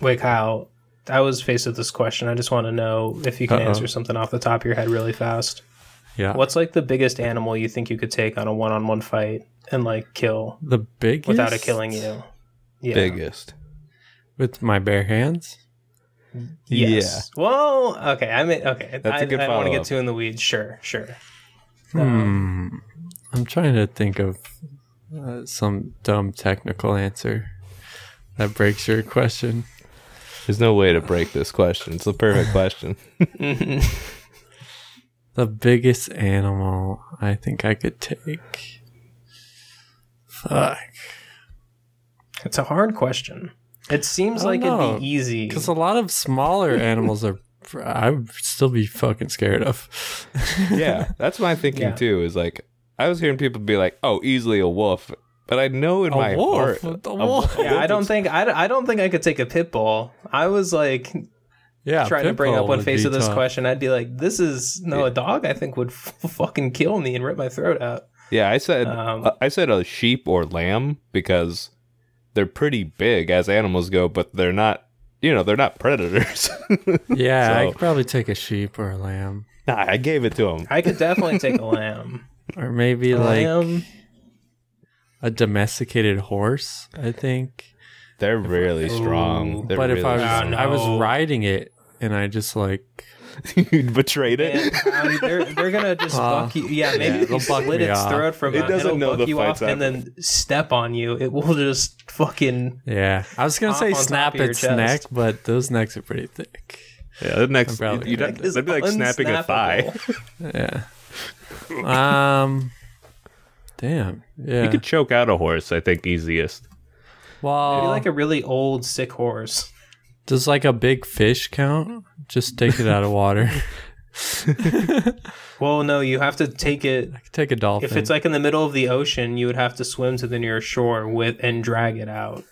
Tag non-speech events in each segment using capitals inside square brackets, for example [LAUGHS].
Wait, Kyle, I was faced with this question. I just want to know if you can Uh-oh. answer something off the top of your head really fast. Yeah. What's like the biggest animal you think you could take on a one-on-one fight and like kill The biggest without it killing you? Yeah. Biggest. with my bare hands. Yes. Well, okay. I mean, okay. That's I, a good I don't want to follow-up. get too in the weeds. Sure, sure. [LAUGHS] Hmm. I'm trying to think of uh, some dumb technical answer that breaks your question. There's no way to break this question. It's the [LAUGHS] perfect question. The biggest animal I think I could take. Fuck. It's a hard question. It seems I like don't it'd know, be easy. Because a lot [LAUGHS] of smaller animals are, I would still be fucking scared of. yeah, that's my thinking Yeah. too. Is like I was hearing people be like, "Oh, easily a wolf," but I know in A my wolf? heart, The a wolf? Yeah, I don't is- think I, I don't think I could take a pit bull. I was like [LAUGHS] Yeah. trying to pit bring bull up one would face be of this tough. question. I'd be like, this is no Yeah. a dog. I think would f- fucking kill me and rip my throat out. [LAUGHS] Yeah, I said uh, Um, I- I said a sheep or lamb because they're pretty big as animals go, but they're not. You know, they're not predators. [LAUGHS] Yeah, I So- could probably take a sheep or a lamb. nah, I gave it to him. I could definitely take [LAUGHS] a lamb. Or maybe A like lamb. a domesticated horse, I think. They're really Ooh. strong. They're but really if I was, Oh, no. I was riding it and I just like strong. [LAUGHS] you betrayed Man, [LAUGHS] it. um, they're they're gonna just Uh, buck you. Yeah, maybe yeah, if they'll you buck slit me its off. throat from It it, doesn't it'll know buck the you off fight's and then step on you. It will just fucking yeah. I was gonna Hop say on top snap of your its chest. neck, but those necks are pretty thick. Yeah, the next I'm proud of you'd, you. you'd, is that'd be like snapping a thigh. unsnappable. Yeah. Um. Damn. Yeah. You could choke out a horse, I think, easiest. It'd well, be like a really old sick horse. does like a big fish count? Just take it out [LAUGHS] of water. Well, no, you have to take it. take a dolphin. If it's like in the middle of the ocean, you would have to swim to the nearest shore with and drag it [LAUGHS] out.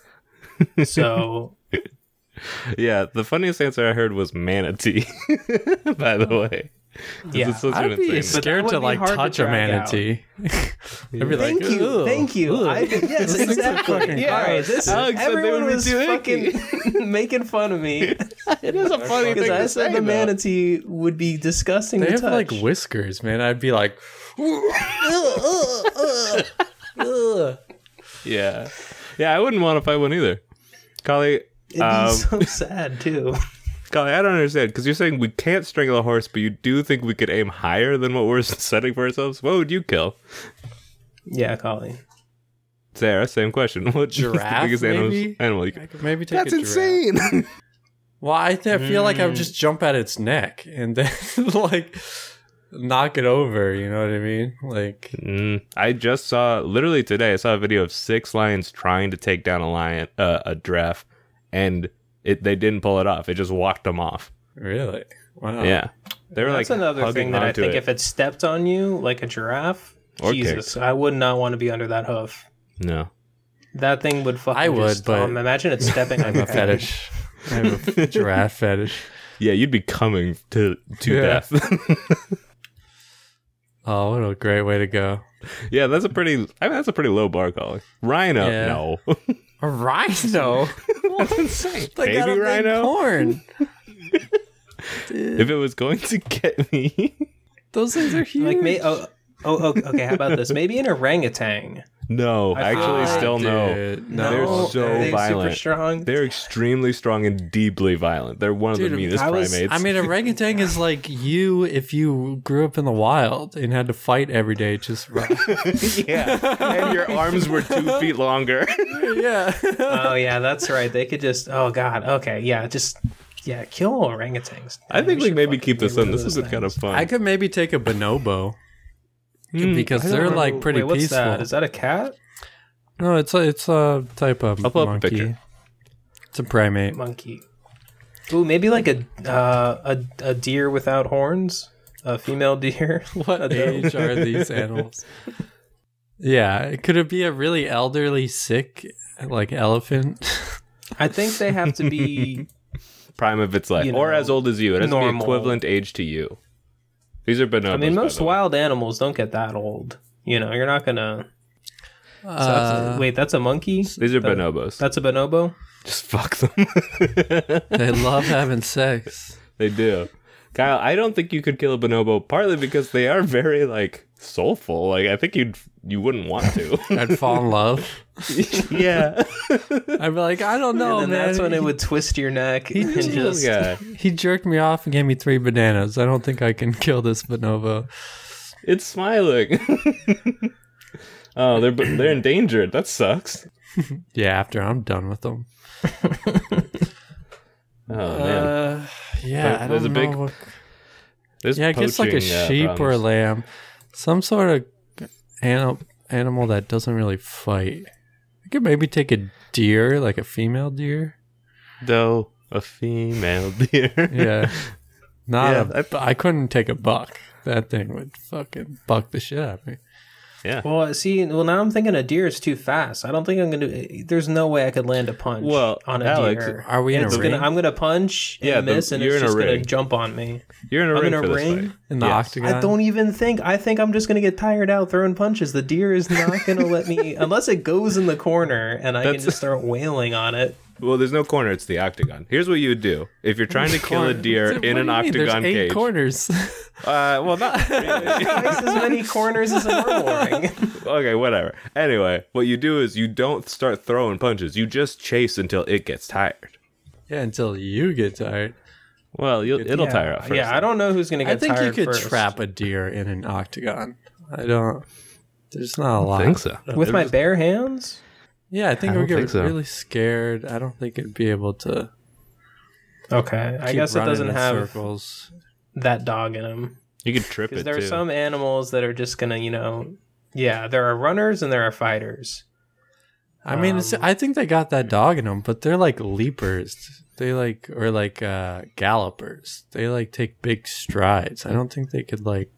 So Yeah, the funniest answer I heard was manatee. [LAUGHS] by the way, yeah, It's such an I'd be insane- But that scared would to be like hard to touch a drag manatee. [LAUGHS] I'd be like, Thank you, "Ew, thank you. ew." I, [LAUGHS] yes, Those things are fucking exactly. Yeah, all right, gross. this is, Alex said they everyone would be was too icky. [LAUGHS] fucking making fun of me it is a funny because I said the manatee would be disgusting They to have touch. like whiskers, man. I'd be like, Yeah, yeah, I wouldn't want to fight one either. Kali, It'd be um, so [LAUGHS] sad too. Kali, I don't understand because you're saying we can't strangle a horse, but you do think we could aim higher than what we're [LAUGHS] setting for ourselves. What would you kill, Yeah, Colleen. Sarah? Same question. [LAUGHS] What what's Giraffe, The biggest animal, maybe? animal you I could- could maybe take That's a giraffe. insane. Well, I, th- I feel like I Hmm. would just jump at its neck and then [LAUGHS] like knock it over. You know what I mean? Like, Mm, I just saw literally today. I saw a video of six lions trying to take down a lion, uh, a giraffe, and it they didn't pull it off. It just walked them off. really? Wow. Yeah, they [LAUGHS] were That's like another hugging thing that I onto think it. if it stepped on you like a giraffe, Or Jesus, I would not want to be under that hoof. no, That thing would fucking. I would, just, but- um, imagine it [LAUGHS] stepping I on have a your head. fetish. I have a giraffe fetish. yeah, you'd be coming to to Yeah. death. [LAUGHS] Oh, what a great way to go! yeah, that's a pretty. I mean, that's a pretty low bar calling. Rhino, Yeah. no, A [LAUGHS] rhino. that's insane. They got a big Baby rhino. horn. If it was going to get me, [LAUGHS] Those things are huge. Like, may, oh, oh, oh, okay. How about this? Maybe an orangutan. no, I feel actually, like- still no. Dude, They're No, so are they Super violent. strong. They're extremely strong and deeply violent. They're one of Dude, the meanest I was- primates. I mean, orangutan is like you if you grew up in the wild and had to fight every day. [LAUGHS] Just Yeah. [LAUGHS] And your arms were two feet longer. yeah, oh yeah, that's right. They could just. Oh god. Okay. Yeah. Just. Yeah. Kill orangutans. I think we should maybe fucking keep get this rid in. of This those is kind of things. fun. I could maybe take a bonobo Hmm, because they're like pretty Wait, what's peaceful. that? Is that a cat? no, it's a it's a type of I'll pull up a monkey. picture. It's a [LAUGHS] primate. Monkey. Ooh, maybe like a uh, a a deer without horns. A female deer. [LAUGHS] What age are these animals? Yeah, could it be a really elderly, sick, like elephant? [LAUGHS] I think they have to [LAUGHS] be. Prime of its life. You or know, as old as you. It has to be normal. equivalent age to you. These are bonobos. I mean, most wild. wild animals don't get that old. You know, you're not gonna. So that's- Uh, wait, that's a monkey. These are That- bonobos. That's a bonobo. Just fuck them. they love having sex. [LAUGHS] they do. Kyle, I don't think you could kill a bonobo partly because they are very like soulful. Like I think you'd you wouldn't want [LAUGHS] to. [LAUGHS] I'd fall in love. yeah. I'd be like, I don't know, and then oh, man. that's when it would twist your neck and just yeah. He jerked me off and gave me three bananas. I don't think I can [LAUGHS] kill this bonobo. It's smiling. [LAUGHS] oh, they're they're endangered. That sucks. Yeah, after I'm done with them. Oh man. Uh, yeah, But I there's don't a big know. what- There's yeah, I guess like a poaching, uh, sheep or a problems. lamb, some sort of animal animal that doesn't really fight. I could maybe take a deer, like a female deer. though a female deer. Yeah, [LAUGHS] not Yeah, a- I- I couldn't take a buck. That thing would fucking buck the shit out of me. Well, I see, well now I'm thinking a deer is too fast. I don't think I'm gonna. There's no way I could land a punch. Well, on a Alex, deer, Are we in It's a gonna, ring? I'm gonna punch and Yeah, the- miss, and you're it's in a just gonna ring. jump on me. You're in a I'm in ring a for ring? this fight. in the Yes. octagon? I don't even think. I think I'm just gonna get tired out throwing punches. The deer is [LAUGHS] not gonna let me unless it goes in the corner and I That's- can just start wailing on [LAUGHS] it. Well, there's no corner. It's the octagon. Here's what you would do if you're trying to kill a deer [LAUGHS] What in do an you mean? There's octagon eight cage. corners. [LAUGHS] Uh, well, not [LAUGHS] really. Twice as many corners as a [LAUGHS] normal ring. okay, whatever. Anyway, what you do is you don't start throwing punches. You just chase until it gets tired. yeah, until you get tired. Well, you'll, it'll yeah, tire out first. Yeah, I don't know who's gonna get I think you tired could first. trap a deer in an octagon. I don't. There's not a lot. think so. with my bare hands. Yeah, I think I it would don't get think so. really scared. I don't think it'd be able to. Okay, I keep guess it running doesn't in have circles. that dog in him. You could trip Because it there are too. some animals that are just gonna, you know, yeah, there are runners and there are fighters. I mean, it's, Um, I think they got that dog in them, but they're like leapers. They like or like uh gallopers. They like take big strides. I don't think they could like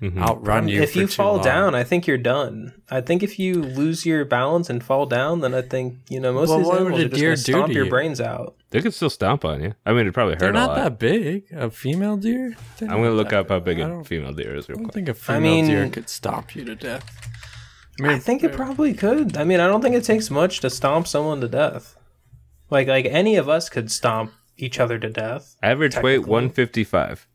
Mhm. outrun you. if for you too fall long. down, I think you're done. I think if you lose your balance and fall down, then I think you know most Well, of these what animals would are a just deer gonna do stomp to your you? brains out. They could still stomp on you. I mean, it probably hurt they're a not lot. that big. A female deer. They're I'm gonna not look that up how big I a don't- female deer is. Real I don't quick. think a female mean- deer could stomp you to death. I mean, I think it probably could. I mean, I don't think it takes much to stomp someone to death. Like like any of us could stomp each other to death. Average weight Technically. 155.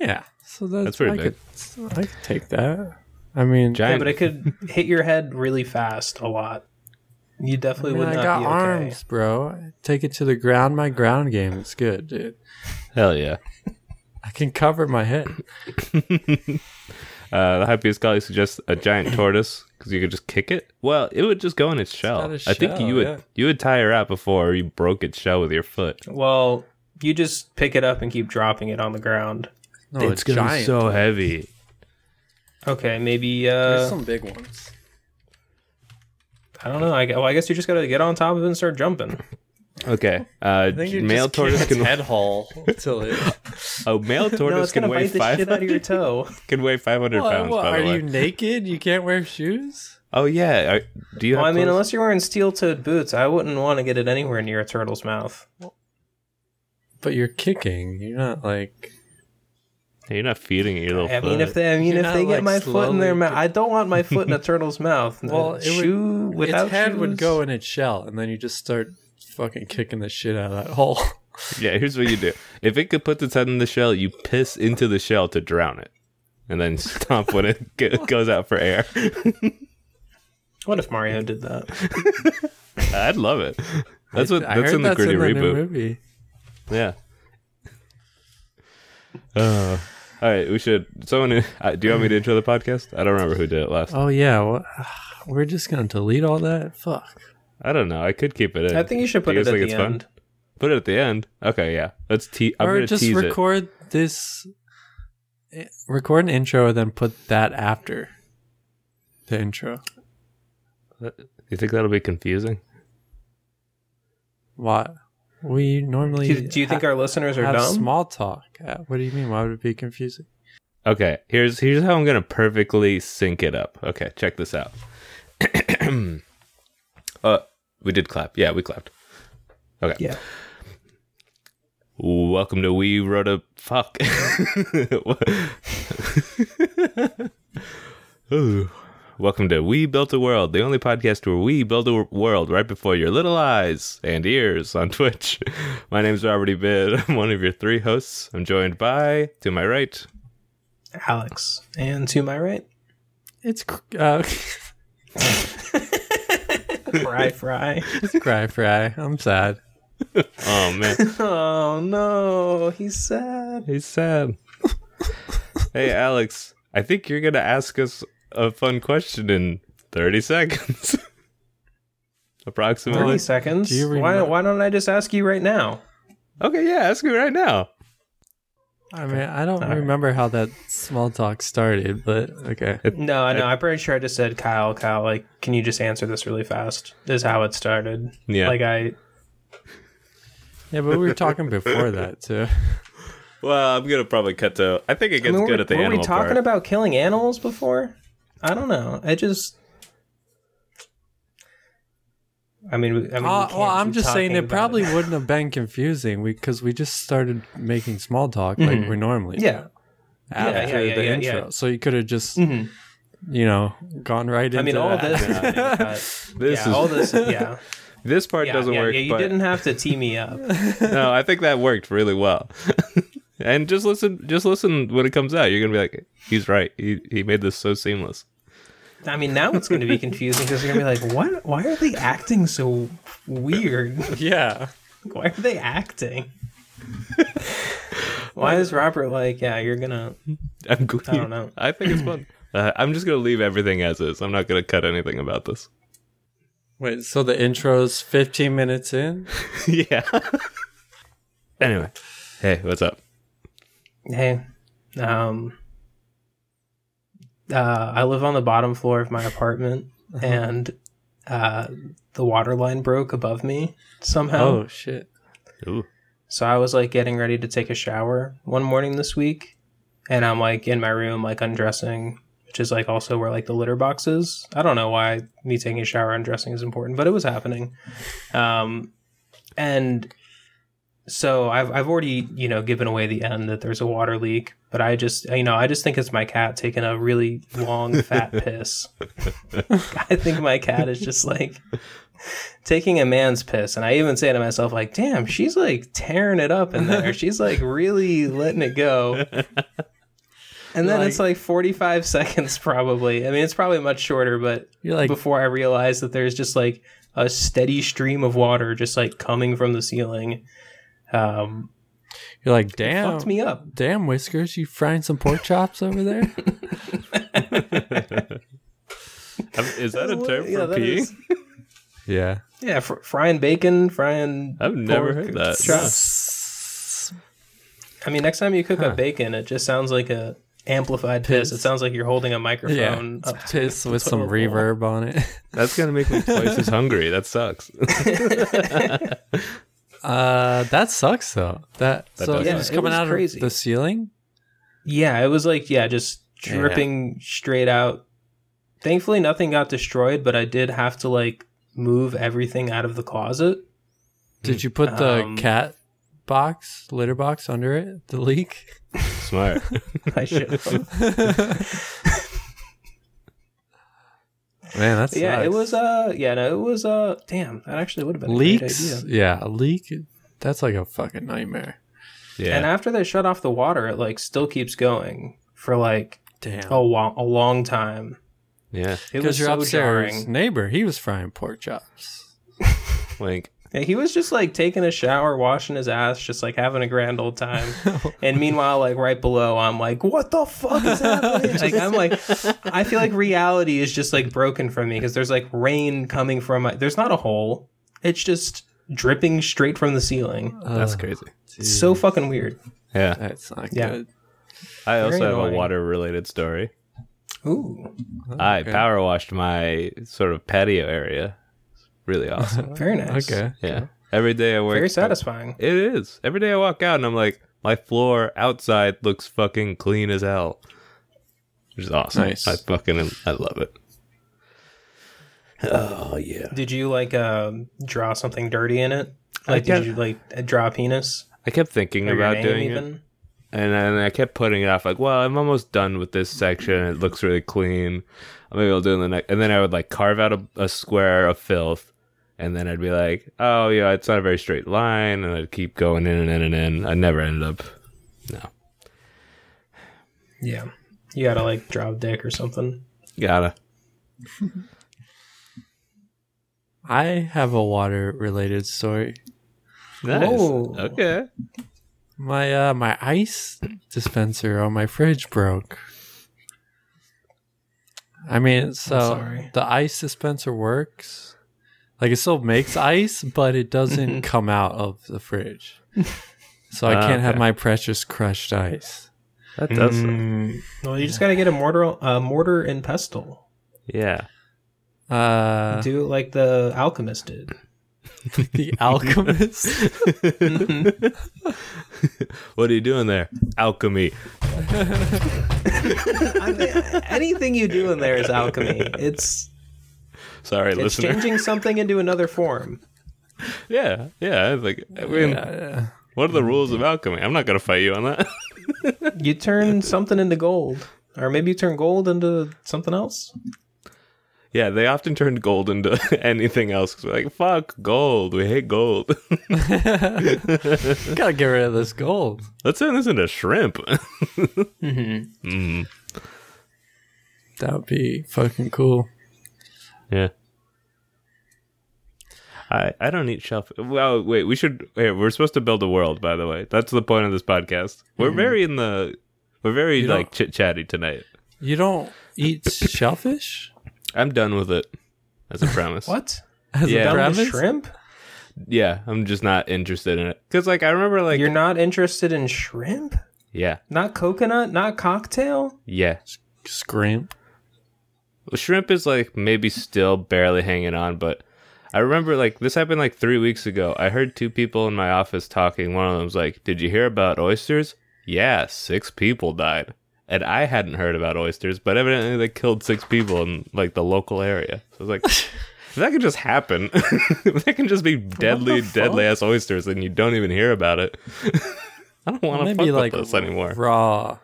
yeah. So that's, That's pretty I big. Could, I could take that. I mean, Giant. Yeah, but it [LAUGHS] could hit your head really fast a lot. You I, definitely mean, would I not got be okay. arms, bro. Take it to the ground. My ground game is good, dude. Hell yeah. I can cover my head. [LAUGHS] Uh, the happiest colleague suggests a giant tortoise because you could just kick it. Well, it would just go in its shell. got a I think shell, you would yeah. you would tire out before you broke its shell with your foot. Well, you just pick it up and keep dropping it on the ground. No, it's gonna be so heavy. Okay, maybe uh, There's some big ones. I don't know. I, gu- well, I guess you just gotta get on top of it and start jumping. Okay, uh, male tortoise can head [LAUGHS] hole till [LAUGHS] it. a male tortoise can weigh five out of [LAUGHS] your toe. can weigh five hundred What, pounds. what, by are the way. you naked? You can't wear shoes. Oh yeah. Are, do you? well, I have mean, clothes? unless you're wearing steel-toed boots, I wouldn't want to get it anywhere near a turtle's mouth. But you're kicking. You're not like. you're not feeding it your little I mean, if foot. they, I mean, You're if not, they like, get my foot in their slowly mouth, I don't want my foot [LAUGHS] in a turtle's mouth. Well, it would- shoe without its head would shoes? go in its shell, and then you just start fucking kicking the shit out of that hole. [LAUGHS] yeah, here's what you do. If it could put its head in the shell, you piss into the shell to drown it, and then [LAUGHS] stomp when it g- goes out for air. What if Mario did that? I'd [LAUGHS] love it. That's what. I that's heard in the gritty new reboot. movie. Yeah. Uh, all right, we should. Someone, uh, do you want me to intro the podcast? I don't remember who did it last. Oh yeah, well, [SIGHS] we're just gonna delete all that. Fuck. I don't know. I could keep it in. I think you should Do put it guys at think the it's fun? end. Put it at the end. Okay, yeah. Let's te- I'm or gonna just tease record this. eh, Record an intro, and then put that after the intro. it. You think that'll be confusing? What we normally Do, do you think ha- our listeners are have dumb? small talk? Uh, What do you mean? Why would it be confusing? Okay, here's here's how I'm gonna perfectly sync it up. Okay, check this out. [CLEARS THROAT] uh, we did clap. Yeah, we clapped. Okay. Yeah. Welcome to We Wrote a Fuck. [LAUGHS] Ooh. Welcome to We Built a World, the only podcast where we build a world right before your little eyes and ears on Twitch. [LAUGHS] My name's Robert E. Bid. [LAUGHS] I'm one of your three hosts. I'm joined by, to my right, Alex. And to my [LAUGHS] right, It's cr- uh, [LAUGHS] Fry Fry. it's cry fry. I'm sad. oh man, [LAUGHS] oh no, he's sad. he's sad. hey, Alex, I think you're going to ask us a fun question in 30 seconds. [LAUGHS] Approximately. Thirty seconds. do you why, remem- why don't I just ask you right now? Okay, yeah, ask me right now. I mean, I don't All right. remember how that small talk started, but okay. No, I know. I'm pretty sure I just said, Kyle, Kyle, like, can you just answer this really fast? Is how it started. Yeah. Like, I, Yeah, but we were talking [LAUGHS] before that too. Well, I'm gonna probably cut to. I think it I gets mean, good were, at the were animal we talking part. about killing animals before? I don't know. I just, I mean, we- I mean, we Uh, can't well, I'm keep just saying talking it about probably wouldn't have been confusing because we, just started making small talk like we normally [LAUGHS] do Mm-hmm. Yeah. after yeah, yeah, the yeah, intro. yeah. So you could have just Mhm. you know gone right into. I mean, all that. this. [LAUGHS] is in the cut. this yeah, is all [LAUGHS] [LAUGHS] this. Yeah. this part yeah, doesn't yeah, work. Yeah, you but didn't have to tee me up. [LAUGHS] no, I think that worked really well. [LAUGHS] and just listen, just listen when it comes out. You're gonna be like, he's right. He he made this so seamless. [LAUGHS] I mean, now it's going to be confusing because you're going to be like, what? Why are they acting so weird? [LAUGHS] [LAUGHS] yeah. Why are they acting? [LAUGHS] Why is Robert like, yeah, you're gonna? I'm glad. I don't know. I think [LAUGHS] it's fun. Uh, I'm just gonna leave everything as is. I'm not gonna cut anything about this. [LAUGHS] Wait, so the intro's 15 minutes in? yeah. [LAUGHS] anyway, hey, what's up? Hey, um, uh, I live on the bottom floor of my apartment, and uh, the water line broke above me somehow. Oh shit. Ooh. So I was like getting ready to take a shower one morning this week, and I'm like in my room, like undressing, which is like also where like the litter box is. I don't know why me taking a shower undressing is important, but it was happening. Um, and so I've I've already you know given away the end that there's a water leak, but I just you know I just think it's my cat taking a really long fat piss. I think my cat is just like taking a man's piss and i even say to myself like damn she's like tearing it up in there she's like really letting it go and then it's like 45 seconds probably i mean it's probably much shorter but You're like, before i realize that there's just like a steady stream of water just like coming from the ceiling um you're like, damn, fucked me up damn whiskers, you frying some pork chops [LAUGHS] over there? Um, Is that a term for Yeah, that peeing? is- yeah. yeah fr- frying bacon frying I've never pork heard that. chops. I mean, next time you cook Huh. up bacon, it just sounds like a amplified piss. It sounds like you're holding a Yeah. microphone It's up. [LAUGHS] piss with some toilet bowl. reverb on it. [LAUGHS] That's gonna make me twice as hungry. That sucks. [LAUGHS] Uh, that sucks though. That, That so does it suck. was Yeah, it coming was out crazy. of the ceiling. Yeah, it was like yeah, just Yeah. dripping straight out. Thankfully, nothing got destroyed, but I did have to like move everything out of the closet. [LAUGHS] Hmm. Did you put the Um, cat box, litter box under it? The leak? Smart. I should. have. Man, that's yeah, it was uh yeah, no, it was uh damn, that actually would have been a great leaks. idea. Yeah, a leak. That's like a fucking nightmare. Yeah. And after they shut off the water, it like still keeps going for like Damn. a while, a long time. yeah. Oh, It was Because your so upstairs jarring. neighbor, he was frying pork chops. Like Yeah, he was just like taking a shower, washing his ass, just like having a grand old time. [LAUGHS] and meanwhile, like right below, I'm like, what the fuck is [LAUGHS] happening? like, I'm like, I feel like reality is just like broken from me because there's like rain coming from my, there's not a hole. It's just dripping straight from the ceiling. that's Uh, crazy. It's so fucking weird. Yeah. That's not Yeah. good. I also have annoying. Oh, a water related story. Ooh, I Okay. power washed my sort of patio area. It's [LAUGHS] really awesome. very nice. Okay. yeah. Every day I work Very satisfying. It is. Every day I walk out and I'm like, my floor outside looks fucking clean as hell. Which is awesome. Nice. I fucking I love it. [SIGHS] Oh yeah. Did you like um, draw something dirty in it? Like, can't- did you like draw a penis? I kept thinking Or your about name doing it. even? and then I kept putting it off, like, well, I'm almost done with this section. It looks really clean. Maybe I'll do it in the next. And then I would like carve out a, a square of filth, and then I'd be like, oh yeah, it's not a very straight line, and I'd keep going in and in and in. I never ended up. No, Yeah. You gotta like draw a dick or something. gotta. I have a water related story. Nice. Whoa. Okay. My uh my ice dispenser on my fridge broke. I mean, so sorry. the ice dispenser works. Like it still makes ice, but [LAUGHS] it doesn't come out of the fridge. So I Ah, can't have okay. my precious crushed ice. That does. Mm. Well, you just gotta get a mortar, uh, mortar and pestle. Yeah. Uh Do it like the alchemist did. [LAUGHS] the [LAUGHS] alchemist. Mm-hmm. [LAUGHS] What are you doing there? Alchemy. I thi- [LAUGHS] anything you do in there is alchemy. It's Sorry, it's listener. changing something into another form. Yeah, yeah. Like, I mean, Yeah. what are the rules of alchemy? I'm not gonna fight you on that. You turn something into gold, or maybe you turn gold into something else. Yeah, they often turned gold into [LAUGHS] anything else. 'cause we're like, fuck gold. We hate gold. [LAUGHS] Gotta get rid of this gold. Let's turn this into shrimp. [LAUGHS] That would be fucking cool. yeah. I I don't eat shellfish. Well, wait. We should. Wait, we're supposed to build a world. By the way, that's the point of this podcast. We're very in the. We're very don't- like chit chatty tonight. You don't eat shellfish? I'm done with it. [LAUGHS] As a premise. What? As Yeah. Down a to premise? shrimp? Yeah, I'm just not interested in it. Cause like I remember like You're not interested in shrimp? yeah Not coconut? Not cocktail? yeah Scrimp. Well, shrimp is like maybe still barely hanging on, but I remember like this happened like three weeks ago. I heard two people in my office talking. One of them's like, "Did you hear about oysters?" Yeah, six people died, and I hadn't heard about oysters, but evidently they killed six people in like the local area. So I was [LAUGHS] like, if that could just happen, [LAUGHS] if that can just be deadly, deadly ass oysters, and you don't even hear about it. [LAUGHS] I don't want to maybe fuck like with this anymore. raw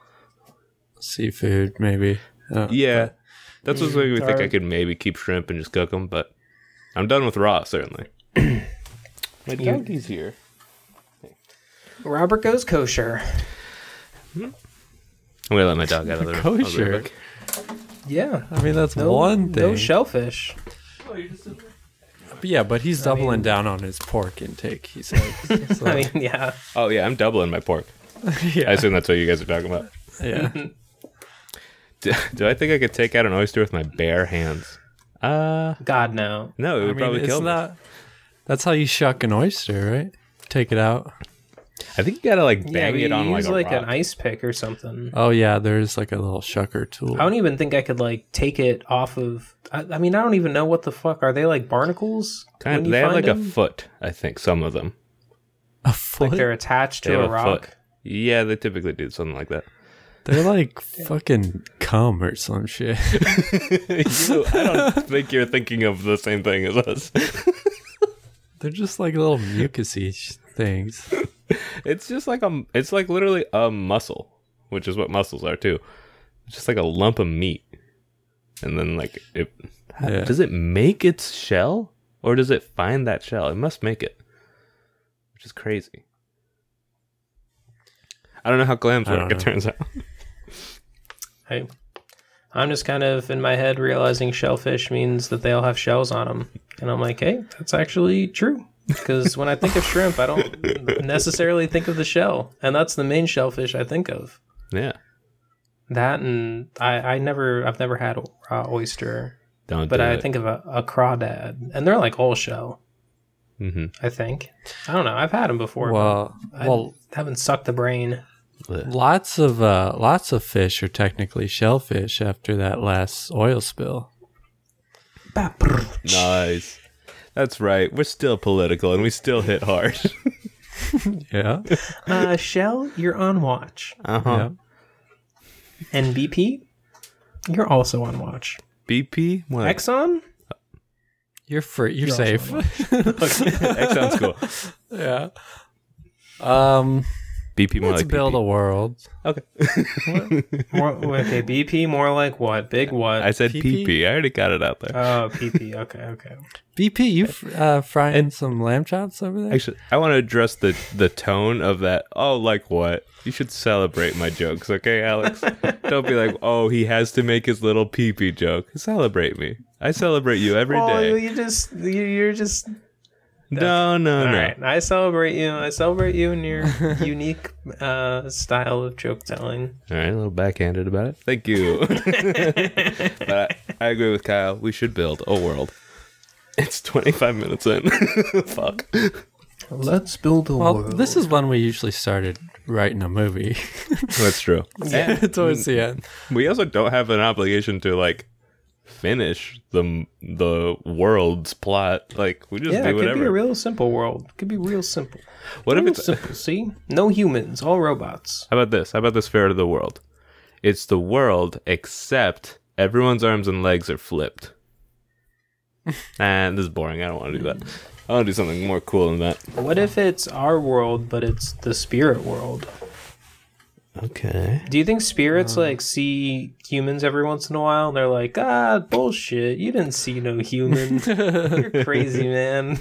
seafood maybe Uh, Yeah, that's what's making me think or- I could maybe keep shrimp and just cook them, but I'm done with raw certainly. My donkey's here. Robert goes kosher. I'm gonna let my dog [LAUGHS] out of the room. I'll be Kosher. right back. Yeah. i mean that's No, one thing No shellfish. But yeah but he's doubling down on his pork intake [LAUGHS] he said So, I mean, yeah. Oh yeah, I'm doubling my pork. I yeah, assume that's what you guys are talking about. [LAUGHS] yeah. Do, do I think I could take out an oyster with my bare hands? Uh, God, no. no, it I mean, would probably it's kill me. not that's how you shuck an oyster right take it out I think you gotta like Yeah, bang we it on like use a like, rock. an ice pick or something. oh yeah there's like a little shucker tool I don't even think I could like take it off of. I, I mean, I don't even know what the fuck are they like barnacles? Kind when of, you they have find like a them? foot, I think. Some of them. a foot like they're attached They to a have a rock. foot. Yeah, they typically do something [LAUGHS] like that. [LAUGHS] they're like fucking cum or some shit [LAUGHS] you, I don't think you're thinking of the same thing as us. they're just like little mucusy sh- things It's just like a, it's like literally a muscle, which is what muscles are too. It's just like a lump of meat, and then like it. Yeah. Does it make its shell, or does it find that shell? It must make it, which is crazy. I don't know how clams I work. don't It know. turns out. I, I'm just kind of in my head realizing shellfish means that they all have shells on them, and I'm like, hey, that's actually true. Because when I think of shrimp, I don't necessarily think of the shell, and that's the main shellfish I think of. Yeah. That and I, I never, I've never had raw oyster, Don't. but do I it. think of a, a crawdad, and they're like all shell. Mhm. I think. I don't know. I've had them before. Mm-hmm. well but I well haven't sucked the brain. Lots of uh, lots of fish are technically shellfish after that last oil spill. Bah, brr. Nice. That's right. We're still political, and we still hit [LAUGHS] hard. Yeah. Uh, shell, you're on watch. uh yeah. huh. And BP, you're also on watch. BP. What? Exxon? You're free. You're, also [LAUGHS] safe. [LAUGHS] Exxon's cool. yeah. Um. BP more Let's like build a PP. world. More, okay, BP more like what? Big what? [LAUGHS] I said PP? PP. I already got it out there. oh, PP. Okay, [LAUGHS] okay. BP, you f- uh, frying some lamb chops over there? Actually, I want to address the the tone of that. Oh, like what? You should celebrate my jokes, [LAUGHS] okay, Alex? Don't be like, oh, he has to make his little pee pee joke. Celebrate me. I celebrate you every day. well, you just you, you're just no, no, all no. right. I celebrate you. I celebrate you and [LAUGHS] your unique uh, style of joke telling. All right, a little backhanded about it. [LAUGHS] Thank you. [LAUGHS] but I, I agree with Kyle. We should build a world. It's 25 minutes in. [LAUGHS] Fuck. Let's build a well, world. this is when we usually started writing a movie. [LAUGHS] That's true. [LAUGHS] Towards the end. We also don't have an obligation to like finish the the world's plot. Like we just yeah, do it could be a whatever. real simple world. It could be real simple. what if Real it's simple. See, no humans, all robots. how about this? How about this fair to the world? It's the world except everyone's arms and legs [LAUGHS] are flipped. and this is boring. I don't want to do that. I want to do something more cool than that. What if it's our world, but it's the spirit world? Okay. Do you think spirits Uh, like see humans every once in a while and they're like, ah, bullshit, you didn't see no [LAUGHS] human. You're crazy, man.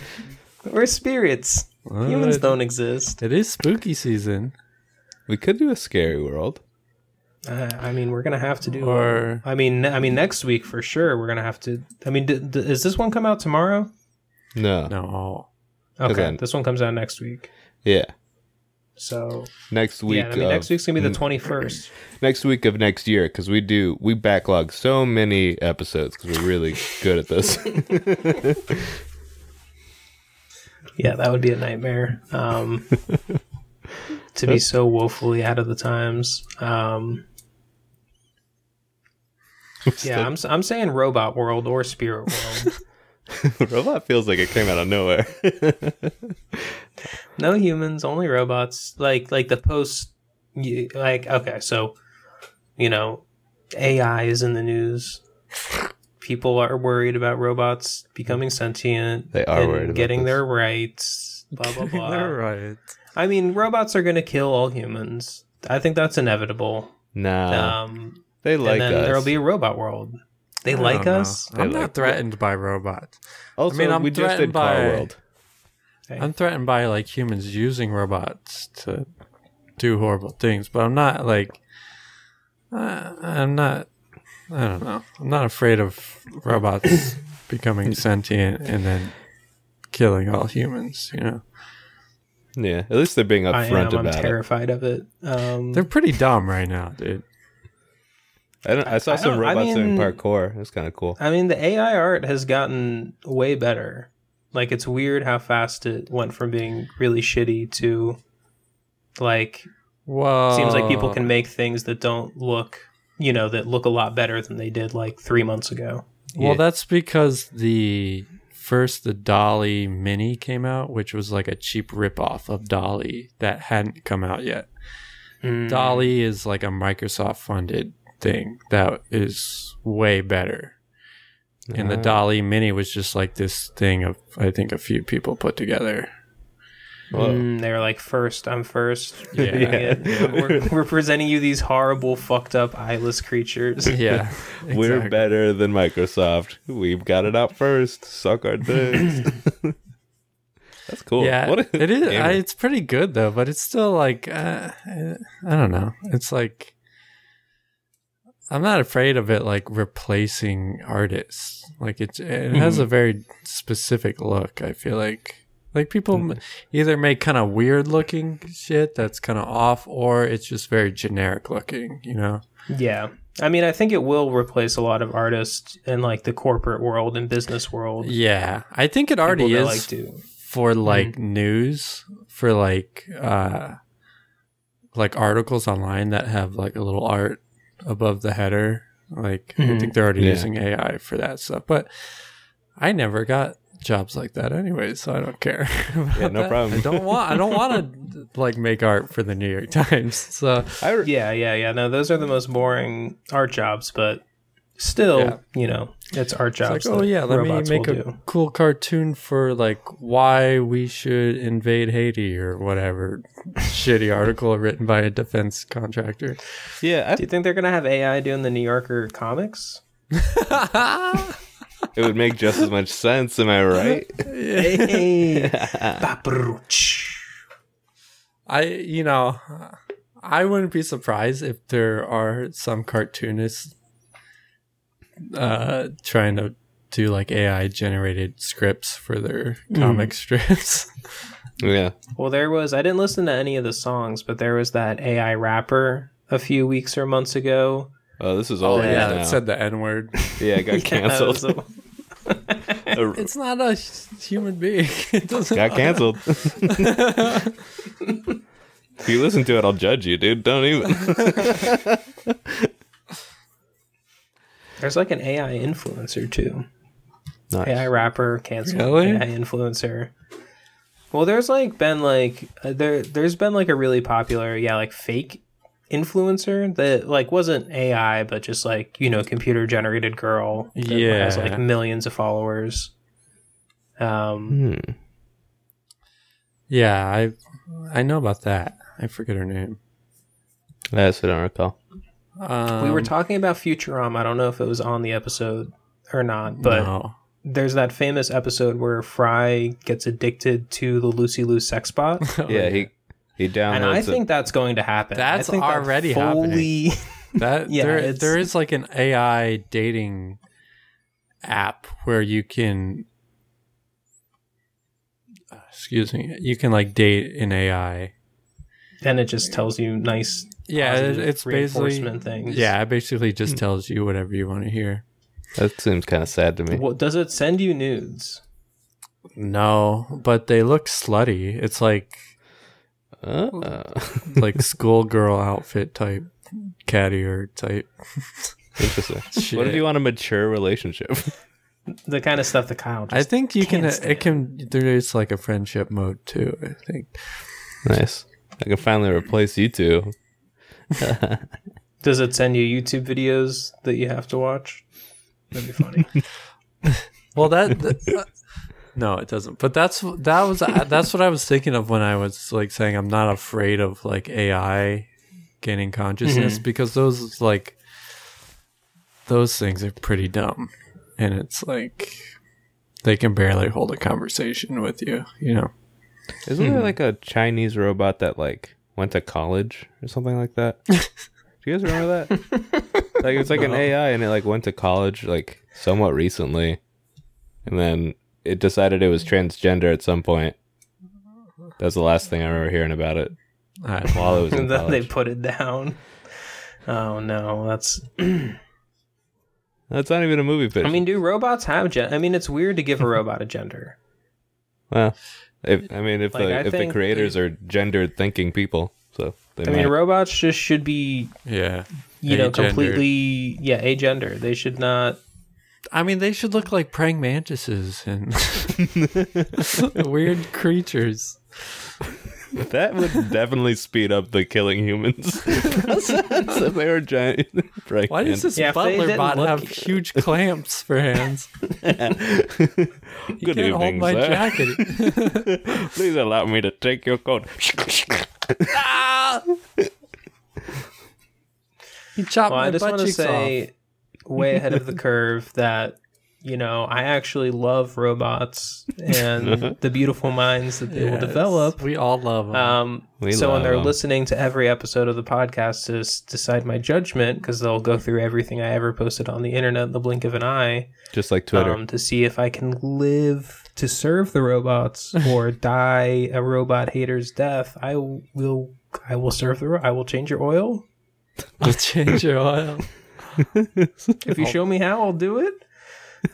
We're spirits. Humans What? don't exist. It is spooky season. We could do a scary world. Uh, I mean, we're gonna have to do. Or- I mean, I mean, next week for sure. We're gonna have to. I mean, d- d- does this one come out tomorrow? No. No. Okay, Okay. this one comes out next week. Yeah. So Next week. yeah, I mean, of- next week's gonna be the twenty first. next week of next year because we do we backlog so many episodes because we're really good at this. Yeah, that would be a nightmare. [LAUGHS] Um, to be so woefully out of the times. Um, yeah, I'm s- I'm saying robot world or spirit [LAUGHS] world. Robot feels like it came out of nowhere. [LAUGHS] no humans, only robots. Like like the post. y- Like okay, so you know, AI is in the news. People are worried about robots becoming sentient. They are and worried about getting this. their rights. Blah blah [LAUGHS] [LAUGHS] blah. All right. I mean, robots are going to kill all humans. I think that's inevitable. nah, um, they Uh, like and then us. there'll be a robot world. They I like don't know. us. I'm They not like- threatened by robots. also, I mean, I'm we just did threatened by- Car World. Okay. I'm threatened by like humans using robots to do horrible things, but I'm not like uh, I'm not I don't know. I'm not afraid of robots becoming sentient and then killing all humans, you know. Yeah, at least they're being I upfront am. I'm about it. terrified of it. Um, They're pretty dumb right now, dude. I, don't, I saw I some don't- I robots doing mean- parkour. It was kind of cool. I mean, the AI art has gotten way better. Like, it's weird how fast it went from being really shitty to, like, Well, seems like Uh. people can make things that don't look, you know, that look a lot better than they did like three months ago. Well, Yeah. that's because the first the Dolly Mini came out, which was like a cheap ripoff of Dolly that hadn't come out yet. Mm. Dolly is like a Microsoft funded thing that is way better. And the Ah. Dolly Mini was just like this thing of I think a few people put together. Whoa. Mm, they were like, first, I'm first. Yeah. Yeah, yeah, [LAUGHS] We're, we're presenting you these horrible, fucked up, eyeless [LAUGHS] creatures. Yeah. We're better than Microsoft. We've got it out first. Suck [LAUGHS] our dicks. That's cool. Yeah, What a- it is. gamer. I, it's pretty good though, but it's still like uh, I don't know. It's like I'm not afraid of it like replacing artists. Like it's it has a very specific look. I feel like like people m- either make kind of weird looking shit that's kind of off, or it's just very generic looking. You know? yeah. I mean, I think it will replace a lot of artists in like the corporate world and business world. Yeah, I think it already People that is like to. for like news for like uh like articles online that have like a little art above the header like i Mhm. think they're already Yeah. using ai for that stuff but i never got jobs like that anyway so i don't care about Yeah, [LAUGHS] no that. problem. i don't want i don't [LAUGHS] want to like make art for the new york times so I re- Yeah, yeah, yeah. No, those are the most boring art jobs, but still, Yeah. you know, it's art jobs. It's like, oh that yeah, let me robots make will a do. cool cartoon for like why we should invade Haiti or whatever shitty article written by a [LAUGHS] defense contractor. [LAUGHS] Yeah, Do you think they're gonna have AI doing the New Yorker [LAUGHS] comics? it would make just as much sense. Am [LAUGHS] I right? Hey, Paparooch. I you know, I wouldn't be surprised if there are some cartoonists uh trying to do like AI generated scripts for their Hmm. comic strips. Yeah. Well, there was. I didn't listen to any of the songs, but there was that AI rapper a few weeks or months ago. Oh, this is all. Oh, yeah, yeah, [LAUGHS] yeah, it said the N word. yeah, it got [LAUGHS] Yeah, that canceled. was a- [LAUGHS] Uh, It's not a human being. [LAUGHS] It doesn't. got [LAUGHS] canceled. if you listen to it, I'll judge you, dude. Don't even. There's like an AI influencer too. Nice. AI rapper canceled. Really? AI influencer. Well, there's like been like uh, there there's been like a really popular yeah like fake influencer that like wasn't AI but just like you know computer generated girl that has Yeah. like millions of followers. Um, Hmm. Yeah, I I know about that. I forget her name. That's what I don't recall. Um, we were talking about Futurama. I don't know if it was on the episode or not, but [LAUGHS] no. there's that famous episode where Fry gets addicted to the Lucy Lou sex [LAUGHS] bot. [LAUGHS] yeah, he he downloads. Oh, and I it. think that's going to happen. That's I think that [LAUGHS] already happening. that Yeah, there it's- there is like an AI dating app where you can excuse me, you can like date an AI. And it just tells you nice. Yeah, it, positive it's basically reinforcement things. Hmm. yeah, it basically just tells you whatever you want to hear. that seems kind of sad to me. What does it send you nudes? No, but they look slutty. It's like Uh, [LAUGHS] [LAUGHS] like schoolgirl outfit type, cattier type. interesting. Shit. What if you want a mature relationship? [LAUGHS] The kind of stuff that Kyle. I Just, think you can. uh, can't stand It can. There's like a friendship mode too. I think. nice. I can finally replace you two. does it send you YouTube videos that you have to watch? That'd be [LAUGHS] funny. Well, that. that- [LAUGHS] no, it doesn't. But that's that was uh, that's what I was thinking of when I was like saying I'm not afraid of like AI gaining consciousness Mm-hmm. because those like those things are pretty dumb, and it's like they can barely hold a conversation with you. You know. Isn't Hmm. there like a Chinese robot that like went to college or something [LAUGHS] like that? Do you guys remember that? like it's like an AI and it like went to college like somewhat recently, and then it decided it was transgender at some point. That's the last thing I remember hearing about it I, while it was in and [LAUGHS] then they college. put it down. Oh no, that's. That's not even a movie pitch. I mean, do robots have gen? I mean, it's weird to give a robot a gender. well, if, I mean, if Like, I the if the think- creators are gendered thinking people, so they I mean, might. robots just should be, yeah. you know, Agendered. completely, yeah, agender. They should not I mean, they should look like praying mantises and [LAUGHS] weird creatures. That would definitely speed up the killing [LAUGHS] humans. process if they were giant. Frank Why does this Yeah, if they butler didn't bot look- have huge clamps for [LAUGHS] hands? Good Can't hold evening, my sir. jacket. Please allow me to take your coat. Ah! You chopped Well, my I just butt want to cheeks say, way ahead of the curve, [LAUGHS] that you know I actually love robots [LAUGHS] and the beautiful minds that off. they will Yes. develop. We all love 'em. Um, We so when love they're 'em. listening to every episode of the podcast to s- decide my judgment, because they'll go through everything I ever posted on the internet in the blink of an eye, Just like Twitter. um, to see if I can live to serve the robots or die a robot hater's death, I will. I will serve the. Ro- I will change your oil I'll change your [LAUGHS] oil. If you show me how, I'll do it.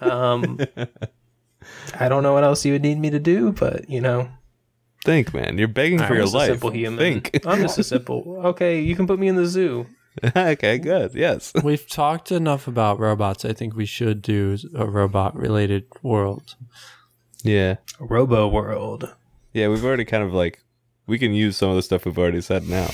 Um, I don't know what else you would need me to do, but you know, Think, man. You're begging for I'm your just a life. simple human. [LAUGHS] Think. [LAUGHS] I'm just a simple. Okay, you can put me in the zoo. okay, good. Yes. We've talked enough about robots. I think we should do a robot related world. Yeah. Robo World. Yeah, we've already kind of like we can use some of the stuff we've already said now.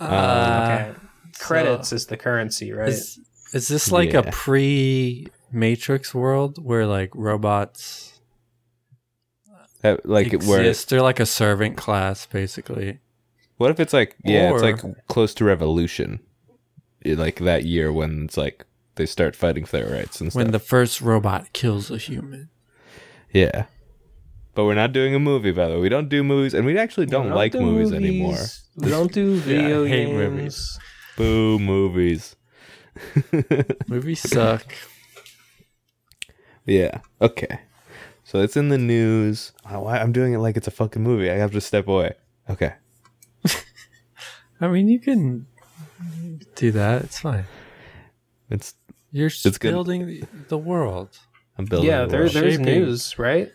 Uh, Uh, Okay. Credits is the currency, right? Is- Is this like Yeah. a pre Matrix world where like robots That, Uh, like it where exist? They're like a servant class, basically. what if it's like yeah, Or- it's like close to revolution, Yeah, like that year when it's like they start fighting for their rights and stuff. When the first robot kills a human. yeah, but we're not doing a movie by the way. We don't do movies, and we actually don't, We like do movies, anymore. We don't do video hate games. movies. Boo movies. [LAUGHS] Movies suck. Yeah. Okay. So it's in the news. Oh, why- I'm doing it like it's a fucking movie. I have to step away. Okay. I mean, you can do that. It's fine. It's You're good. building the- the world. I'm building. yeah, the there, world. there's Shaping. news, right?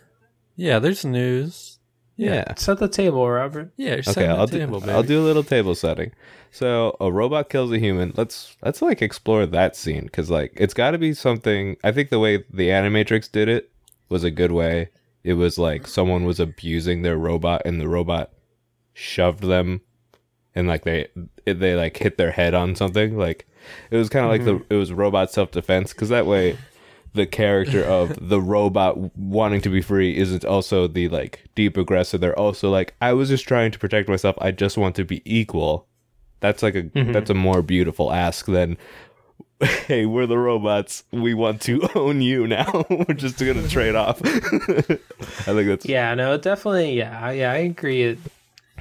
Yeah, there's news. yeah. Set the table, Robert. Yeah, you're Okay, setting I'll the table, do. baby. I'll do a little table setting. So a robot kills a human. Let's let's like explore that scene because like it's got to be something. I think the way the Animatrix did it was a good way. It was like someone was abusing their robot and the robot shoved them, and like they they like hit their head on something. Like it was kind of like the it was robot self defense because that way the character of the robot wanting to be free isn't also the like deep aggressor. They're also like, I was just trying to protect myself. I just want to be equal. That's like a that's a more beautiful ask than [LAUGHS] hey, we're the robots. We want to [LAUGHS] own you now. we're just gonna trade off. [LAUGHS] I think that's Yeah, no, it definitely. Yeah, I- yeah, I agree. It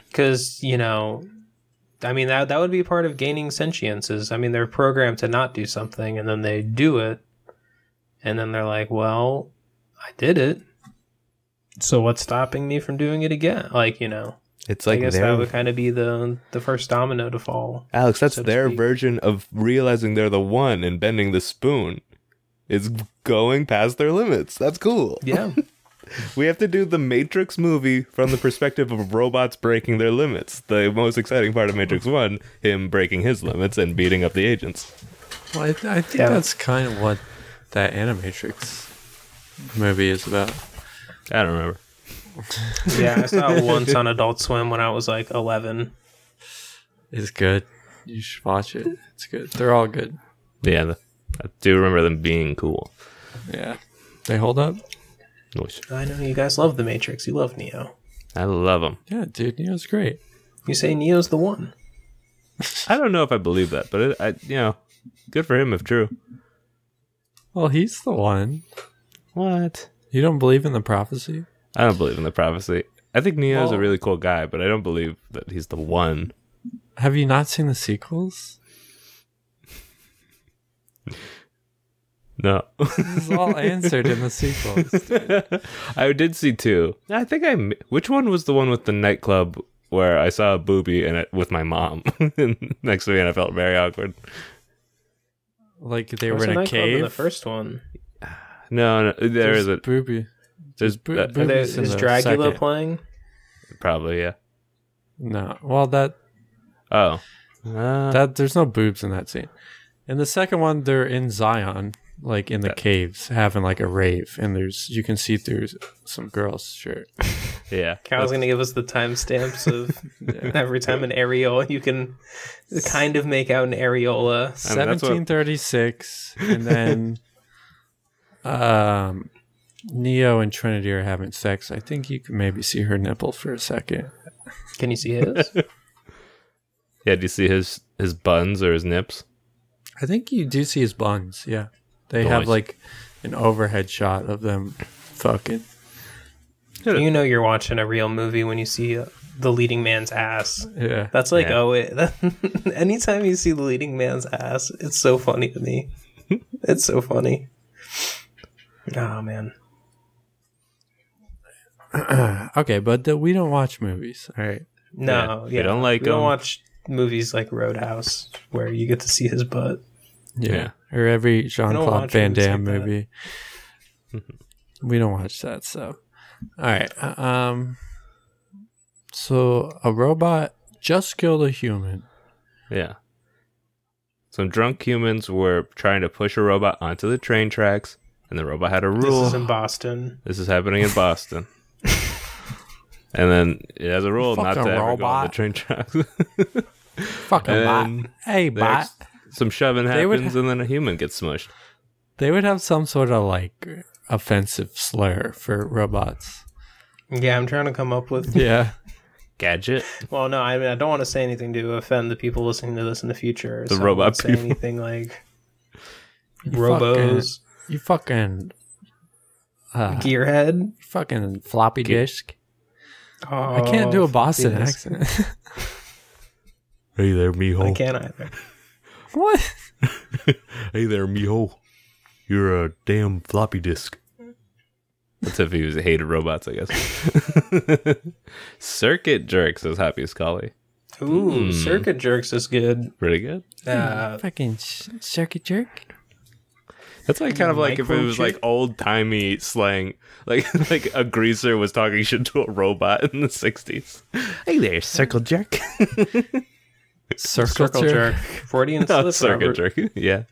because you know, I mean that that would be part of gaining sentience. Is I mean they're programmed to not do something, and then they do it, and then they're like, "Well, I did it, so what's stopping me from doing it again?" Like you know, it's I like guess their- that would kind of be the the first domino to fall. Alex, that's so to their speak. version of realizing they're the one and bending the spoon. It's going past their limits. That's cool. Yeah, We have to do the Matrix movie from the perspective of robots breaking their limits. The most exciting part of Matrix 1, him breaking his limits and beating up the agents. Well, I, I think Yeah. that's kind of what that Animatrix movie is about. I don't remember. yeah, I saw [LAUGHS] it once on Adult Swim when I was like eleven. It's good. You should watch it. It's good. They're all good. Yeah, the, I do remember them being cool. Yeah. They hold up. Noise. I know you guys love The Matrix. You love Neo. I love them. Yeah, dude, Neo's great. You say Neo's the one. I don't know if I believe that, but it, I, you know, good for him if true. Well, he's the one. What? You don't believe in the prophecy? I don't believe in the prophecy. I think Neo's a Well- really cool guy, but I don't believe that he's the one. Have you not seen the sequels? No. [LAUGHS] This is all answered in the sequels. I did see two. I think I. mi- Which one was the one with the nightclub where I saw a booby and it, with my mom [LAUGHS] next to me, and I felt very awkward. Like they There were was in a nightclub in cave. the first one. No, no there There's is a Booby. There's boo- that- boo- Are there, Movies in is the Dracula second. playing? probably yeah. No. Well, that Oh, Uh, that there's no boobs in that scene. In the second one, they're in Zion, like in the caves, having like a rave, and there's you can see through some girl's shirt. yeah. Cal's going to give us the timestamps of [LAUGHS] Yeah. every time an areola. You can kind of make out an areola. I mean, that's what- Seventeen thirty six, and [LAUGHS] then um, Neo and Trinity are having sex. I think you can maybe see her nipple for a second. Can you see [LAUGHS] his? Yeah. Do you see his his buns or his nips? I think you do see his buns. Yeah, they have Nice. like an overhead shot of them fucking. you know you're watching a real movie when you see uh, the leading man's ass. [CLEARS THROAT] Yeah, That's like, Yeah. oh, wait. [LAUGHS] anytime you see the leading man's ass, it's so funny to [LAUGHS] me. it's so funny. Oh, man. okay, but the, we don't watch movies. All right. No, Yeah, yeah. we don't like We don't him. watch movies like Roadhouse where you get to see his butt. Yeah. Or every Jean Claude watch Van movies Damme like that. [LAUGHS] movie. we don't watch that stuff. All right. uh, Um. So a robot just killed a human. Yeah. Some drunk humans were trying to push a robot onto the train tracks, and the robot had a This rule. is in Boston. This is happening in Boston. and then it has a rule not Fucking to ever go on the robot. train tracks. Fucking And bot. Hey, they bot. ex- [LAUGHS] some shoving They would happens, and then a human gets smushed. They would have some sort of like offensive slur for robots. Yeah, I'm trying to come up with. Yeah. Gadget. Well, no, I mean, I don't want to say anything to offend the people listening to this in the future. The I robot won't say people. anything [LAUGHS] like Fucking- robos, you fucking uh, gearhead. you fucking floppy disk. Oh, I can't do a Boston yes. accent. [LAUGHS] Hey there, I mijo. can't either. what? Hey there, mijo. You're a damn floppy disk. That's if he was a hated robots, I guess. [LAUGHS] Circuit jerks, as Happy as Collie. Ooh, Mm. circuit jerks is good. Pretty good. Uh, fucking sh- circuit jerk. That's like kind of like if it was like Microchip? old timey slang, like [LAUGHS] like a greaser was talking shit to a robot in the '60s. Hey there, circle [LAUGHS] jerk. Circle, circle jerk, Freudian slip. [LAUGHS] Not Oh, circuit Robert. jerk. [LAUGHS] Yeah.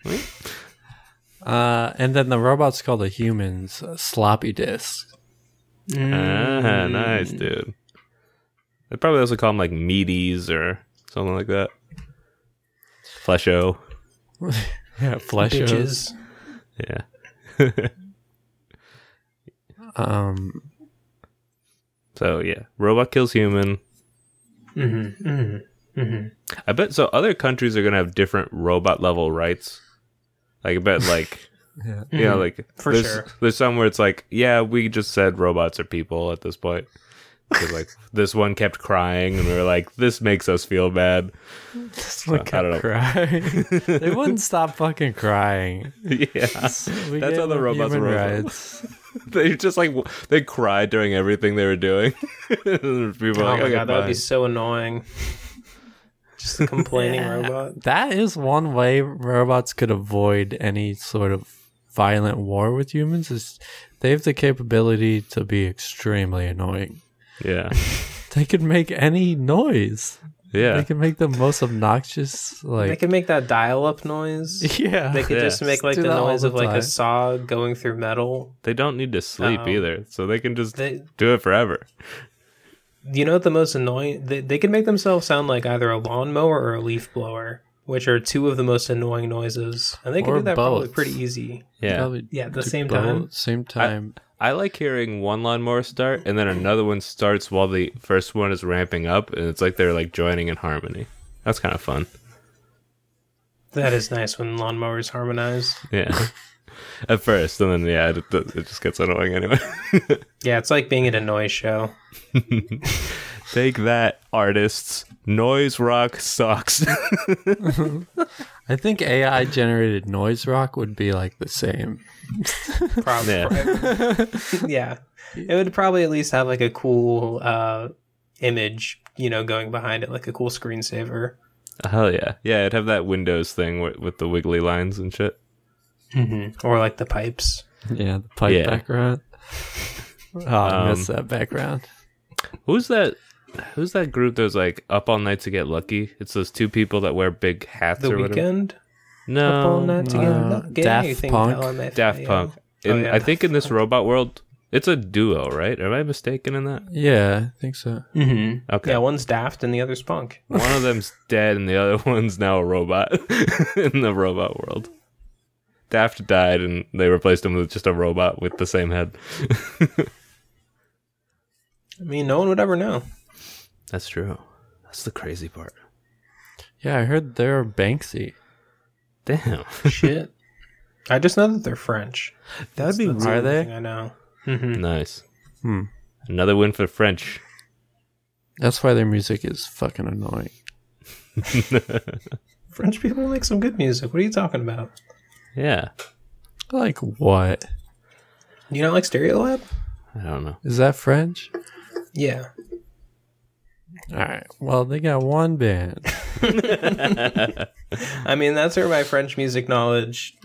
Uh, and then the robots call the humans uh, sloppy [LAUGHS] disks. Ah, nice, Hmm. dude. They probably also call them like meaties or something like that. Flesho. Yeah, fleshos. Bitches. Yeah. [LAUGHS] Um, So yeah, robot kills human. Mm-hmm. Mm-hmm. Mm-hmm. I bet so. Other countries are gonna have different robot level rights. Like I bet [LAUGHS] like Yeah. you know like Mm-hmm, For there's, sure. There's some where it's like yeah we just said robots are people at this point. 'Cause, like this one kept crying and we were like this makes us feel bad. [LAUGHS] [LAUGHS] just look I don't at know. [LAUGHS] they wouldn't stop fucking crying. yeah. We [LAUGHS] That's gave how the them robots human were. rights. [LAUGHS] they just like w- they cried during everything they were doing. [LAUGHS] And People Oh were like, my "Okay, god, that would be fine." so [LAUGHS] annoying. Just a complaining robot. That is one way robots could avoid any sort of violent war with humans. Is they have the capability to be extremely annoying. [LAUGHS] yeah, They could make any noise. They yeah. can make the most obnoxious they like. could make that dial-up noise. [LAUGHS] yeah. They could Yeah. just make like Do the that all noise the of like time. a saw going through metal. They don't need to sleep Um, either, so they can just They, do it forever. you know, what the most annoying. They, they could make themselves sound like either a lawnmower or a leaf blower, which are two of the most annoying noises, and they could Or do that probably both. pretty easy. Yeah, Probably Yeah, at the do same both, time. Same time. I like hearing one lawnmower start and then another one starts while the first one is ramping up, and it's like they're like joining in harmony. That's kind of fun. That is nice when lawnmowers harmonize. Yeah. [LAUGHS] At first, and then yeah, it, it just gets annoying anyway. [LAUGHS] Yeah, it's like being at a noise [LAUGHS] show. Take that, artists. Noise rock sucks. [LAUGHS] I think AI generated noise rock would be like the same. Probably. Yeah. [LAUGHS] It would probably at least have like a cool uh, image, you know, going behind it, like a cool screensaver. Hell yeah, yeah. It'd have that Windows thing with, with the wiggly lines and shit. Mm-hmm. Or like the pipes. Yeah, the pipe Yeah. background. Oh, I Um, miss that background. Who's that? Who's that group that was like up all night to get lucky? It's those two people that wear big hats The or whatever. weekend. No, Up all night together. uh, not get Daft anything Punk. down, if Daft I, uh, Punk. In, Oh, yeah. I think in this robot world, it's a duo, right? Am I mistaken in that? Yeah, I think so. mhm. Mm-hmm. Okay. Yeah, one's Daft and the other's Punk. One of them's [LAUGHS] dead and the other one's now a robot [LAUGHS] in the robot world. Daft died and they replaced him with just a robot with the same head. I mean, no one would ever know. That's true. That's the crazy part. Yeah, I heard they're Banksy. Damn. Shit. I just know that they're French. That'd be That's the Are only they? thing I know. Mm-hmm. [LAUGHS] nice. Hmm. Another win for French. That's why their music is fucking annoying. French people make some good music. What are you talking about? Yeah. Like what? You not like Stereo Lab? I don't know. Is that French? Yeah. All right. Well, they got one band. I mean, that's where my French music knowledge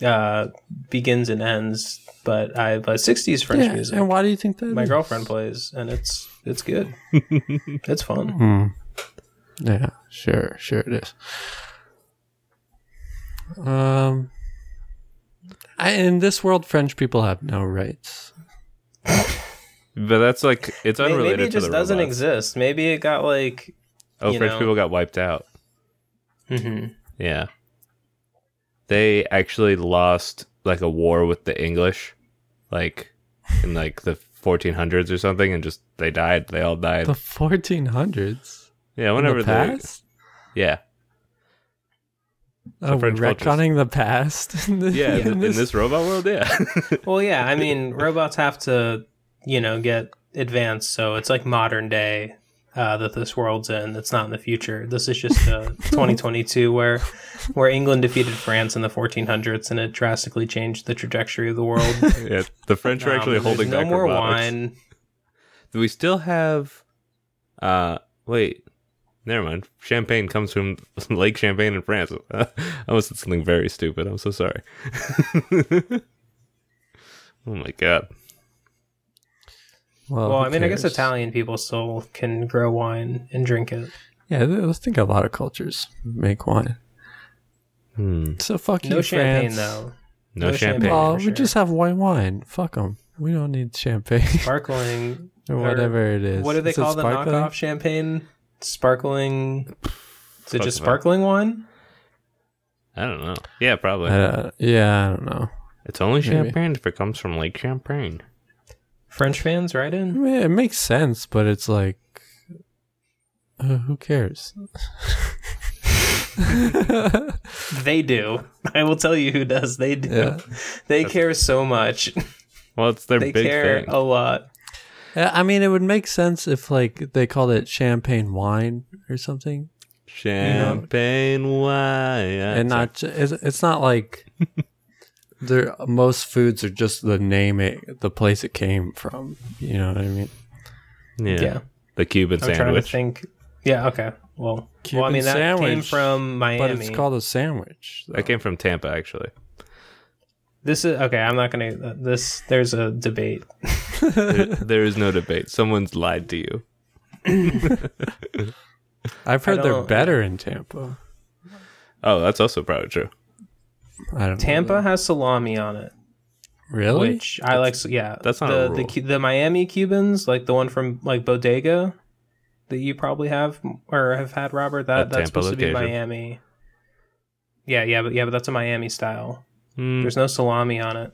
uh, begins and ends. But I have uh, '60s French yeah, music. and why do you think that? my is? girlfriend plays, and it's it's good. [LAUGHS] it's fun. Hmm. Yeah, sure, sure it is. Um, I, in this world, French people have no rights. But that's like it's May- unrelated Maybe it to just the doesn't robots. exist. Maybe it got like Oh, you French know. people got wiped out. mhm. Yeah. They actually lost like a war with the English, like in like the 1400s or something, and just they died. They all died. The 1400s. yeah, the whenever they. past. Yeah, Oh, we're French cultures. retconning the past. In this, yeah. in [LAUGHS] in this- this robot world, yeah. [LAUGHS] Well, yeah, I mean, robots have to, you know, get advanced, so it's like modern day uh, that this world's in. That's not in the future. This is just [LAUGHS] uh, 2022, where where England defeated France in the 1400s, and it drastically changed the trajectory of the [LAUGHS] world. yeah. The French are actually Um, there's holding no back more robotics. wine. Do we still have uh wait never mind champagne comes from [LAUGHS] lake champagne in france [LAUGHS] i almost said something very stupid i'm so sorry [LAUGHS] oh my god Well, who I mean, I guess cares? Italian people still can grow wine and drink it. Yeah, th- I think a lot of cultures make wine. hmm. So fuck No you, champagne France. though. no, No champagne, champagne. Well, for we sure. just have white wine. Fuck them. We don't need champagne [LAUGHS] Sparkling. or whatever it is. What do they Is it call the sparkling? knockoff champagne? Sparkling. Is it just Fuck if I- sparkling wine? i don't know yeah probably Uh, yeah, I don't know. it's only maybe. champagne if it comes from lake champagne French fans, right I in? mean, it makes sense, but it's like, uh, who cares? They do. [LAUGHS] I will tell you who does. They do. Yeah. [LAUGHS] They care so much. well it's their They big care thing a lot. Yeah, I mean, it would make sense if like they called it champagne wine or something, champagne wine and not ju- it's, it's [LAUGHS] not like there. Most foods are just the name it, the place it came from. You know what I mean? yeah. Yeah. the cuban I'm trying to sandwich think. Yeah. Okay. Well. well, I Cuban mean, that came sandwich, from Miami. But it's called a sandwich. that came from [LAUGHS] tampa actually This is okay. I'm not gonna. Uh, this there's a debate. there, there is no debate someone's lied to you I've heard they're don't- better in Tampa. Oh, that's also probably true. I don't Tampa know. has salami on it, really? which I like. Yeah, that's not the a the rule. Cu- the Miami Cubans, like the one from like Bodega, that you probably have or have had, Robert. That At that's Tampa supposed to be location. Miami. Yeah, yeah, but yeah, but that's a Miami style. Mm, There's no salami on it.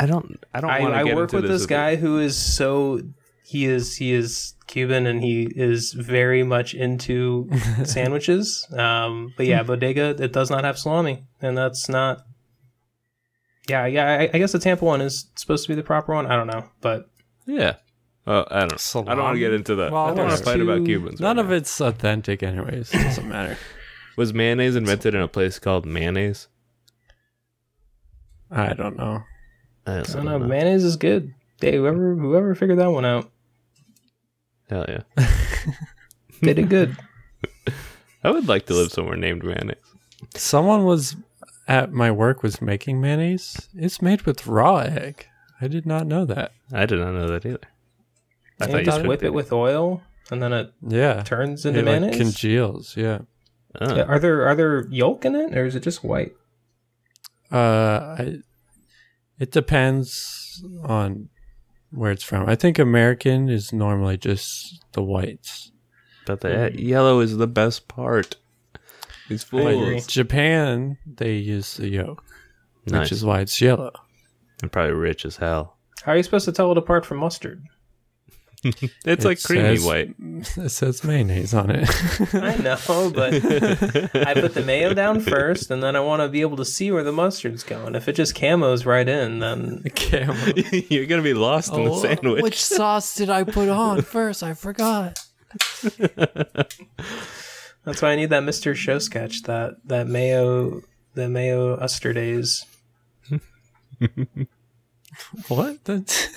I don't. I don't I, want to I get work into with this guy who is so he is he is Cuban and he is very much into sandwiches. Um, but yeah, Bodega it does not have salami, and that's not. Yeah, yeah. I, I guess the Tampa one is supposed to be the proper one. I don't know, but Yeah. Oh, I don't. I don't want to Salami? get into that. I don't want there's to fight about two- Cubans. None of it's authentic, anyways. It doesn't matter. was mayonnaise invented in a place called mayonnaise. I don't know. I don't know. Mayonnaise is good. Hey, whoever whoever figured that one out, Hell yeah! they did good. I would like to live somewhere named mayonnaise. Someone was at my work was making mayonnaise. It's made with raw egg. I did not know that. I did not know that either. I And you just whip it with oil, and then it Yeah, turns it into like mayonnaise. congeals. Yeah, Oh. Yeah, are there are there yolk in it, or is it just white? uh, I, it depends on where it's from. I think American is normally just the whites. But the eh, yellow is the best part. These I But agree. fools. Japan, they use the yolk, Nice. which is why it's yellow. I'm probably rich as hell. How are you supposed to tell it apart from mustard? It's It like creamy says- white. It says mayonnaise on it. [LAUGHS] I know, but I put the mayo down first, and then I want to be able to see where the mustard's going. If it just camos right in, then Camel. [LAUGHS] You're gonna be lost in the sandwich. Which sauce did I put on first? I forgot. that's why I need that Mister Show sketch. That that mayo, the mayo Uster days. What? [LAUGHS] That's,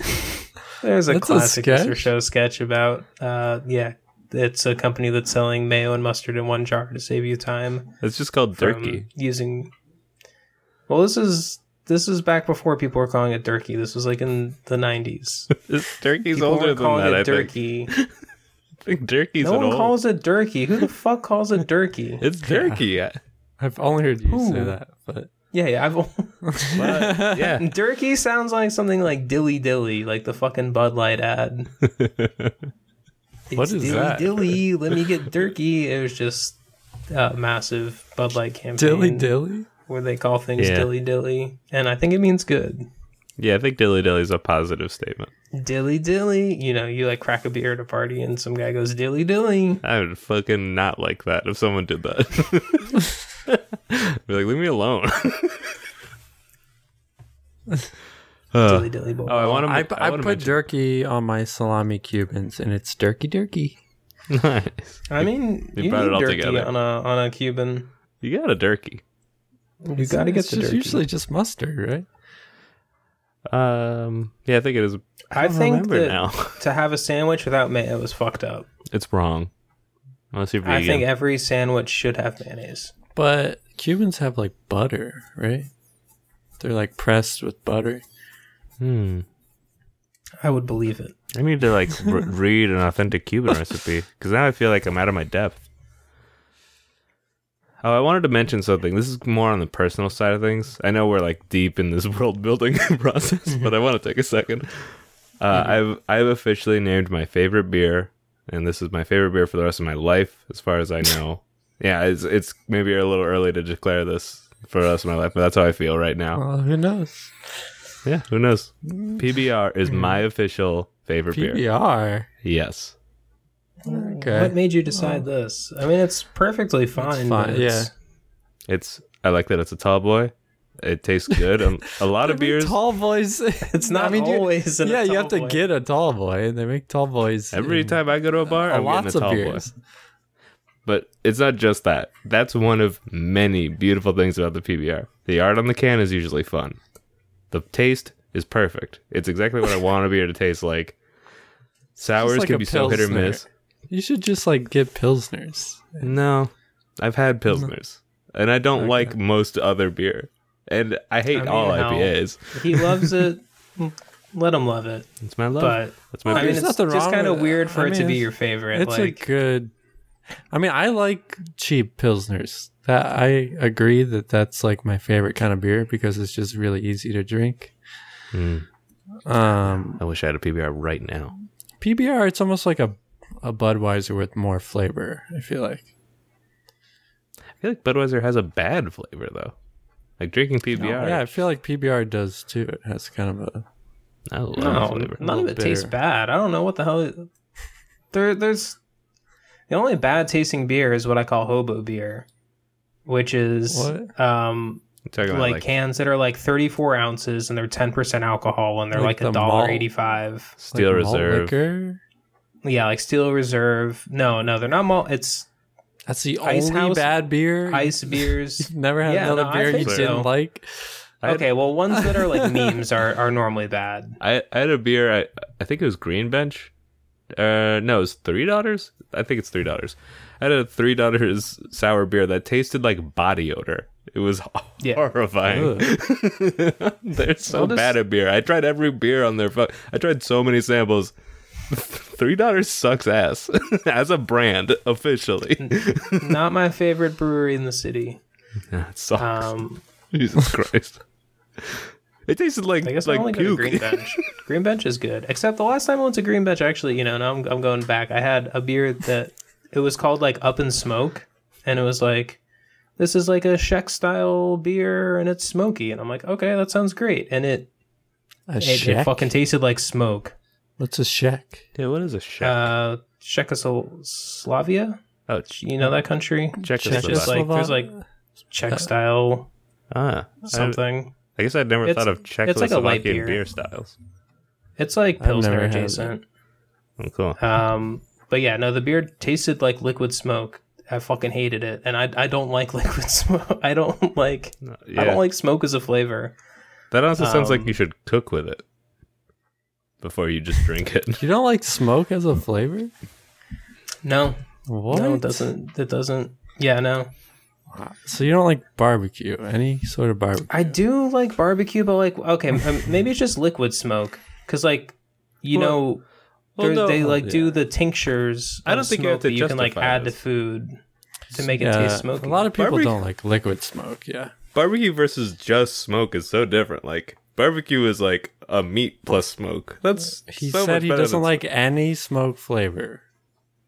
There's a That's a classic sketch? Mister Show sketch about. Uh, yeah, it's a company that's selling mayo and mustard in one jar to save you time It's just called from turkey. using. Well, this is this is back before people were calling it turkey. This was like in the '90s. This turkey's people older were than calling that. I it think. turkey. I think turkey's No an one old. calls it turkey. Who the fuck calls it [LAUGHS] turkey? It's turkey. Yeah. I've only heard you say Ooh. that, but yeah, yeah. [LAUGHS] I've But, yeah. turkey sounds like something like dilly dilly, like the fucking Bud Light ad. What It's is dilly that? [LAUGHS] dilly? Let me get turkey. It was just uh, massive Bud Light campaign Dilly dilly. where they call things Yeah. dilly dilly, and I think it means good. [LAUGHS] Yeah, I think dilly dilly is a positive statement. Dilly dilly, you know, you like crack a beer at a party, and some guy goes dilly dilly. I would fucking not like that if someone did that. [LAUGHS] Be like, leave me alone. Uh, dilly dilly bowl. oh, I [LAUGHS] want to. I, pu- I, put jerky on my salami Cubans, and it's dirty, dirty. [LAUGHS] nice. I mean, You you brought need it all turkey together. on a on a Cuban. You got a turkey. You got to get the just turkey. usually just mustard, right? Um. Yeah, I think it is. I, don't think remember that now. [LAUGHS] to have a sandwich without mayo is fucked up. It's wrong. Unless you're vegan. I think every sandwich should have mayonnaise. But Cubans have like butter, right? They're like pressed with butter. hmm. I would believe it. I need to like re- read an authentic Cuban recipe because now I feel like I'm out of my depth. Oh, I wanted to mention something. This is more on the personal side of things. I know we're like deep in this [LAUGHS] world building process, but I want to take a second. Uh, I've I've officially named my favorite beer, and this is my favorite beer for the rest of my life, as far as I know. yeah, it's it's maybe a little early to declare this for the rest of my life, but that's how I feel right now. Well, who knows? Yeah, who knows? PBR is my official favorite beer. PBR. Yes. Okay. What made you decide this? I mean, it's perfectly fine. fine, but it's- It's I like that it's a tall boy. It tastes [LAUGHS] good. Um, a lot of Every beers. Tall [LAUGHS] boys. It's not you- always in a yeah, you tall have to boy. get a tall boy. They make tall boys. Every in time I go to a bar, I'm lots getting a of tall boy. beers. But it's not just that. That's one of many beautiful things about the PBR. The art on the can is usually fun. The taste is perfect. It's exactly what I want a beer to taste [LAUGHS] like. Sours like can a be so hit or Pilsner. miss. You should just like get pilsners. No, I've had pilsners, and I don't like most other beer, and I hate I mean, all how- IPAs. [LAUGHS] He loves it. Let him love it. It's my Oh, love. But That's my I mean, there's it's nothing just wrong kind of with- weird for I it to mean, be it's- your favorite. It's like, a good. I mean, I like cheap pilsners. That I agree that that's like my favorite kind of beer because it's just really easy to drink. Mm. Um, I wish I had a PBR right now. PBR, it's almost like a a Budweiser with more flavor. I feel like. I feel like Budweiser has a bad flavor though. Like drinking PBR, Yeah, I feel like PBR does too. It has kind of a. I love no, flavor. none of it Bitter. tastes bad. I don't know what the hell. it- There, there's the only bad tasting beer is what I call hobo beer, which is What? um I'm talking about like, like, cans that are like 34 ounces and they're 10 percent alcohol and they're like Like a the dollar malt. eighty-five. Steel like malt Reserve. liquor. Yeah, like Steel Reserve. No, no, they're not malt. It's That's the Ice only House- bad beer. ice beers. [LAUGHS] You've never had Yeah, another no, I beer you think didn't so. like. had- Okay, well, ones that are like memes are, are normally bad. I, I had a beer. I I think it was Green Bench. Uh, no, it was three dollars. I think it's three dollars. I had a three dollars sour beer that tasted like body odor. It was [LAUGHS] Yeah. horrifying. [LAUGHS] They're so I'll just- bad at beer. I tried every beer on their. Fu- I tried so many samples. [LAUGHS] Three dollars sucks ass [LAUGHS] as a brand officially. Mm. [LAUGHS] Not my favorite brewery in the city. Yeah, it sucks. Um, Jesus Christ. It tasted like I guess I only like go to puke. Green [LAUGHS] Bench. [LAUGHS] Green Bench is good. Except the last time I went to Green Bench, actually, you know, now I'm, I'm going back. I had a beer that it was called like Up in Smoke, and it was like, this is like a Czech style beer, and it's smoky. And I'm like, okay, that sounds great. And it A it, it shack. fucking tasted like smoke. What's a shack? yeah, what is a shit? Uh, Czechoslovakia, oh, ch- you know that country. It's Czechoslovak. just like there's like Czech style ah, Uh, I, something. I guess I'd never It's- thought of it's like a light Czechoslovakian beer. beer. styles. It's like I've never pilsner had adjacent. Oh, cool. Um, but yeah, no, the beer tasted like liquid smoke. I fucking hated it, and I I don't like [LAUGHS] liquid smoke. I don't like Uh, Yeah, I don't like smoke as a flavor. that also sounds like um, you should cook with it before you just drink it. [LAUGHS] You don't like smoke as a flavor? No, What? no, it doesn't. It doesn't. Yeah, no. So you don't like barbecue? Any sort of barbecue? I do like barbecue, but like okay, um, maybe it's just liquid smoke because like you Well- know. well, they're- no. they like Yeah. do the tinctures. I don't of think you smoke have to that you can like justify add this. to food to make it taste smoky. A lot of people Barbecue- don't like liquid smoke. Yeah. Barbecue versus just smoke is so different. Like barbecue is like a meat plus smoke. That's He so much said he better doesn't than- like any smoke flavor.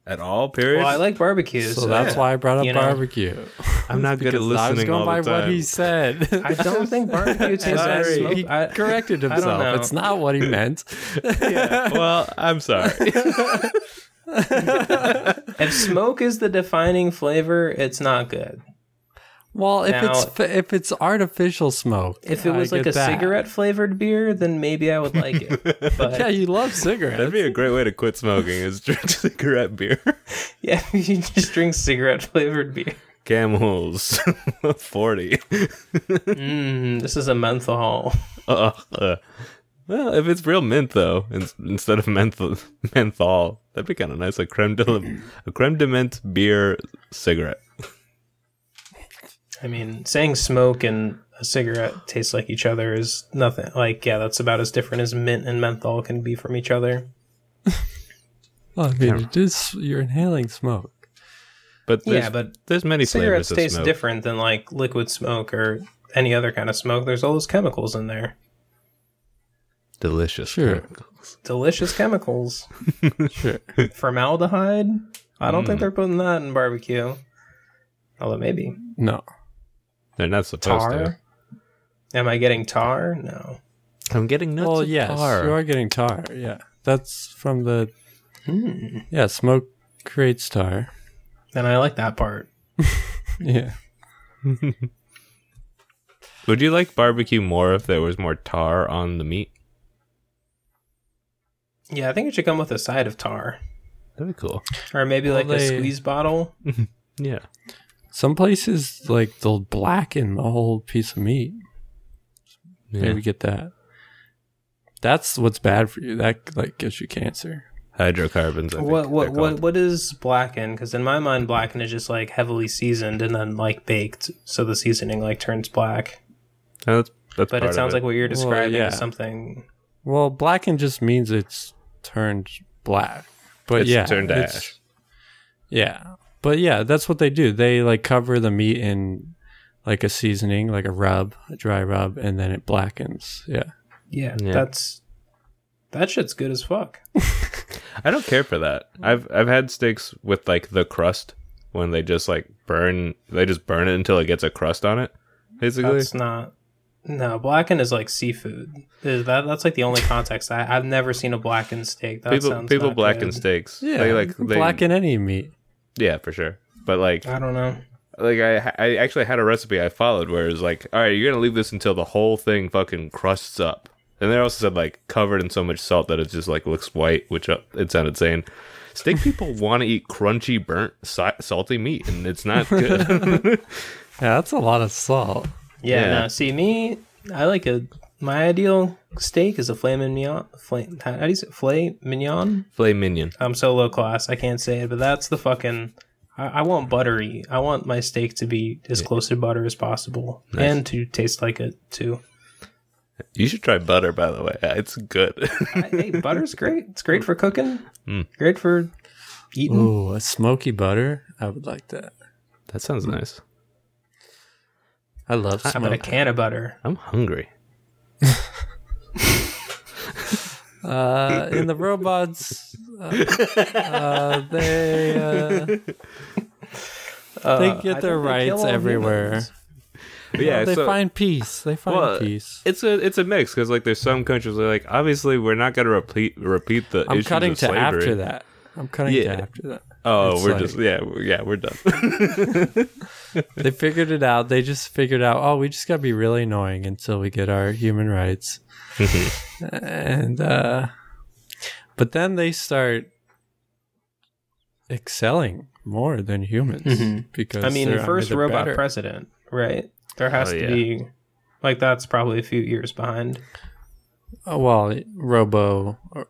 at all. Period. Well, I like barbecues. So that's why I brought up You know. barbecue. [LAUGHS] I'm not good at Because I was listening going all by the time. what he [LAUGHS] said. [LAUGHS] I don't think [LAUGHS] barbecue tastes like Sorry. smoke. he I, corrected I don't know. himself. It's [COUGHS] not what he meant. [LAUGHS] well, I'm sorry. if smoke is the defining flavor, it's not good. Well, if Now- it's f- if it's artificial smoke, If it I was like get a that. cigarette flavored beer, then maybe I would like [LAUGHS] it. But Yeah, yeah, you [LAUGHS] love That'd cigarettes. be a great way to quit smoking is drink [LAUGHS] cigarette beer. you just drink cigarette flavored beer. Camels, [LAUGHS] forty. [LAUGHS] Mm, this is a menthol. Uh, uh. Well, if it's real mint though, in, instead of menthol, menthol, that'd be kind of nice. Like creme de la, a creme de mint beer cigarette. I mean, saying smoke and a cigarette tastes like each other is nothing. Like, yeah, that's about as different as mint and menthol can be from each other. Well, I mean, it is, you're inhaling smoke. But there's, yeah, but there's many cigarettes flavors of taste smoke. different than like liquid smoke or any other kind of smoke. There's all those chemicals in there. Delicious. Sure. Delicious chemicals. Sure. Formaldehyde? I don't Mm. think they're putting that in barbecue. Although maybe. No. They're not supposed to. Tar? Am I getting tar? No. I'm getting nuts. well, of yes, tar. you are getting tar. Yeah, that's from the Hmm. yeah smoke creates tar. Then I like that part. Yeah. Would you like barbecue more if there was more tar on the meat? Yeah, I think it should come with a side of tar. That'd be cool. Or maybe Well, like a they- squeeze bottle. Yeah. Some places like they'll blacken the whole piece of meat. yeah. Maybe get that. That's what's bad for you. That like gives you cancer. Hydrocarbons. I think What what they're what called. what is blackened? Because in my mind, blackened is just like heavily seasoned and then like baked, so the seasoning like turns black. Oh, that's, that's But part it of sounds like what you're Well, describing yeah. is something. Well, blacken just means it's turned black. But It's yeah, turned to it's- ash. Yeah. But yeah, that's what they do. They like cover the meat in like a seasoning, like a rub, a dry rub, and then it blackens. Yeah. Yeah, Yeah. that's that shit's good as fuck. I don't care for that. I've I've had steaks with like the crust when they just like burn they just burn it until it gets a crust on it. Basically. That's not. No, blackened is like seafood. Is that that's like the only context I, I've never seen a blackened steak. That people sounds people not blacken good. steaks. Yeah. They like you can they, blacken any meat. Yeah, for sure. But like I don't know. like I I actually had a recipe I followed where it was like, all right, you're gonna leave this until the whole thing fucking crusts up. And they also said like covered in so much salt that it just like looks white, which uh, it sounded saying. Steak people [LAUGHS] want to eat crunchy, burnt, si- salty meat, and it's [LAUGHS] not good. Yeah, that's a lot of salt. Yeah, Yeah. no. See me, I like a my ideal steak is a filet mignon. Filet, how do you say filet mignon? Filet mignon. I'm so low class, I can't say it, but that's the fucking. I, I want buttery. I want my steak to be as close to butter as possible, Nice. and to taste like it too. You should try butter, by the way. It's good. [LAUGHS] I- hey, butter's great. It's great for cooking. Mm. Great for eating. Ooh, a smoky butter. I would like that. that sounds nice. I love How about a smoke. can of butter? I'm hungry. Uh, in the robots, uh, uh, they uh, they I get their think they kill rights all everywhere. humans. But yeah, they so find peace. They find Well, peace. it's a it's a mix because like there's some countries where like obviously we're not gonna repeat repeat the. I'm issues cutting of to slavery. after that. I'm cutting Yeah. to after that. Oh, It's we're like- just yeah we're- yeah [LAUGHS] we're done. [LAUGHS] they figured it out. They just figured out, oh, we just got to be really annoying until we get our [LAUGHS] human rights. and, uh, but then they start excelling more than humans Mhm. because I mean, they're- first they're robot better. president, right? There has Oh, to yeah. be. Like that's probably a few years behind. Oh, well, Robo or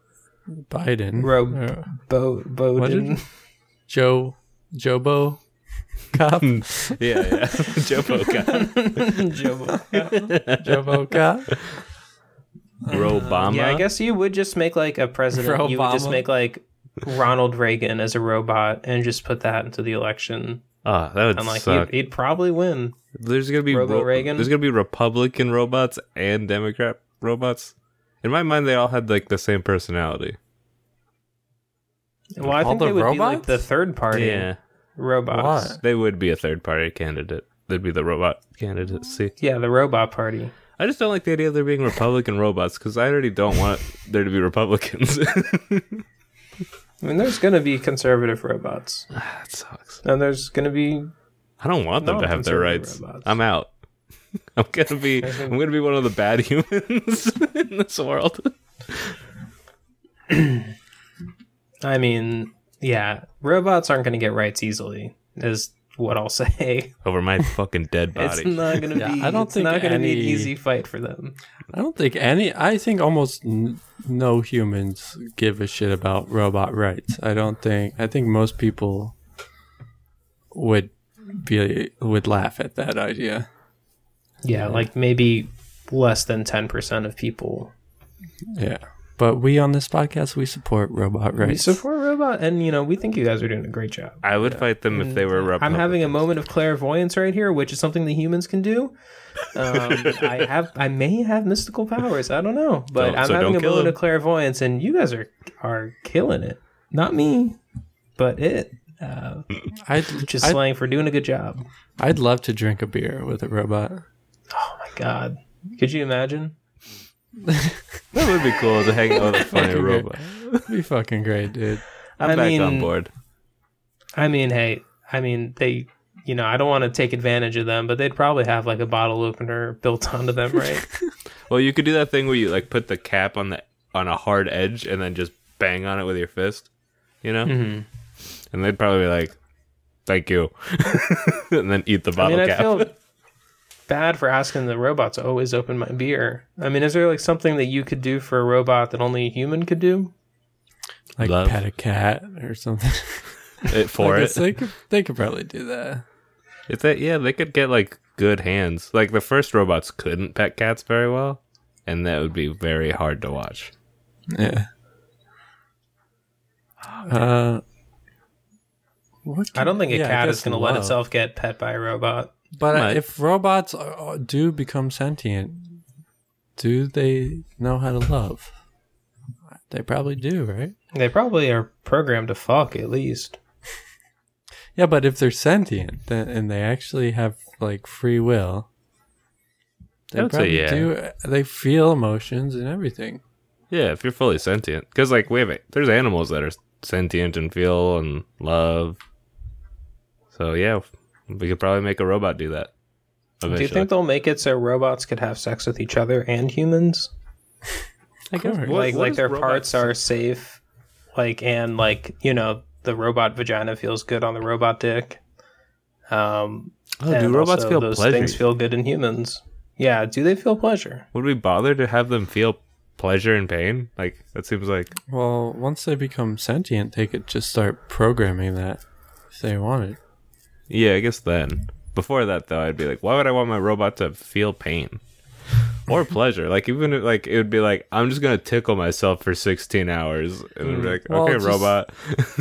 Biden, Rob- Uh, Bo Bowden. Joe, Jobo, Cop, Hmm. yeah yeah [LAUGHS] [LAUGHS] Joe Boca. [LAUGHS] Joe- Jobo Cop. Robama. yeah, I guess you would just make like a president. For You would just Obama? make like Ronald Reagan as a robot and just put that into the election. Oh, that would And like suck. he'd, he'd probably win. there's gonna be Robo Reagan? There's gonna be Republican robots and Democrat robots. In my mind, they all had like the same personality. Well, I All think the they would be like robots? the third party Yeah, robots. Why? they would be a third party candidate. They'd be the robot candidate. See, Yeah, the robot party. I just don't like the idea of there being Republican robots because I already don't want there to be Republicans. [LAUGHS] I mean, there's going to be conservative robots, that sucks. and there's going to be I don't want them to have their Non-conservative rights. robots. I'm out. [LAUGHS] I'm gonna be. I'm gonna be one of the bad humans [LAUGHS] in this world. I mean, yeah, robots aren't going to get rights easily, is what I'll [LAUGHS] say. Over my fucking dead It's not going to Yeah, be. I don't it's think not going to be an any- easy fight for them. I don't think any. I think almost n- no humans give a shit about robot rights. I don't think. I think most people would be would laugh at that idea. Yeah, like maybe less than ten percent of people. Yeah, but we on this podcast we support robot We rights. support robot, and you know we think you guys are doing a great job. I would fight them if they Mm, were I'm Republicans. having a moment of clairvoyance right here, which is something the humans can do. [LAUGHS] Um, I have, I may have mystical powers. I don't know, but Don't- I'm so having don't a kill moment him. of clairvoyance, and you guys are are killing it. Not me, but it, uh, I'd, which is I'd, slang for doing a good job. I'd love to drink a beer with a robot. Oh my god, could you imagine? that would be cool to [LAUGHS] hang out with a funny Fucking great. robot. It'd be fucking great, dude. I'm I back mean- on board. I mean, hey, I mean they. You know, I don't want to take advantage of them, but they'd probably have like a bottle opener built onto them, right? Well, you could do that thing where you like put the cap on the on a hard edge and then just bang on it with your fist. You know, [LAUGHS] mm-hmm. and they'd probably be like, "Thank you," [LAUGHS] and then eat the I bottle mean, I [LAUGHS] cap. feel bad for asking the robot to always open my beer. I mean, is there like something that you could do for a robot that only a human could do? Like Love. pet a cat or something. [LAUGHS] it for I it. guess they could they could probably do that. If they, yeah, they could get like good hands. Like the first robots couldn't pet cats very well, and that would be very hard to watch. Yeah. Uh, what I don't can- think a yeah, I cat is guess going to let love. itself get pet by a robot. But Might. if robots are, do become sentient, do they know how to love? They probably do, right? They probably are programmed to fuck at least. Yeah, but if they're sentient then, and they actually have like free will, I they would say probably yeah. do. They feel emotions and everything. Yeah, if you're fully sentient, because like we have a- there's animals that are sentient and feel and love. So yeah, we could probably make a robot do that. Do you think they'll make it so robots could have sex with each other and humans? I guess. What- like what like is their robot parts are safe like and like, you know, the robot vagina feels good on the robot dick. Um Oh, do and robots also feel those pleasure? things feel good in humans. Yeah, do they feel pleasure? Would we bother to have them feel pleasure and pain? Like that seems like Well, once they become sentient, they could just start programming that if they wanted. yeah, I guess then. Before that though, I'd be like, why would I want my robot to feel pain or pleasure? Like even if, like it would be like I'm just gonna tickle myself for 16 hours, and Mm. it'd be like, Well, okay, just- robot.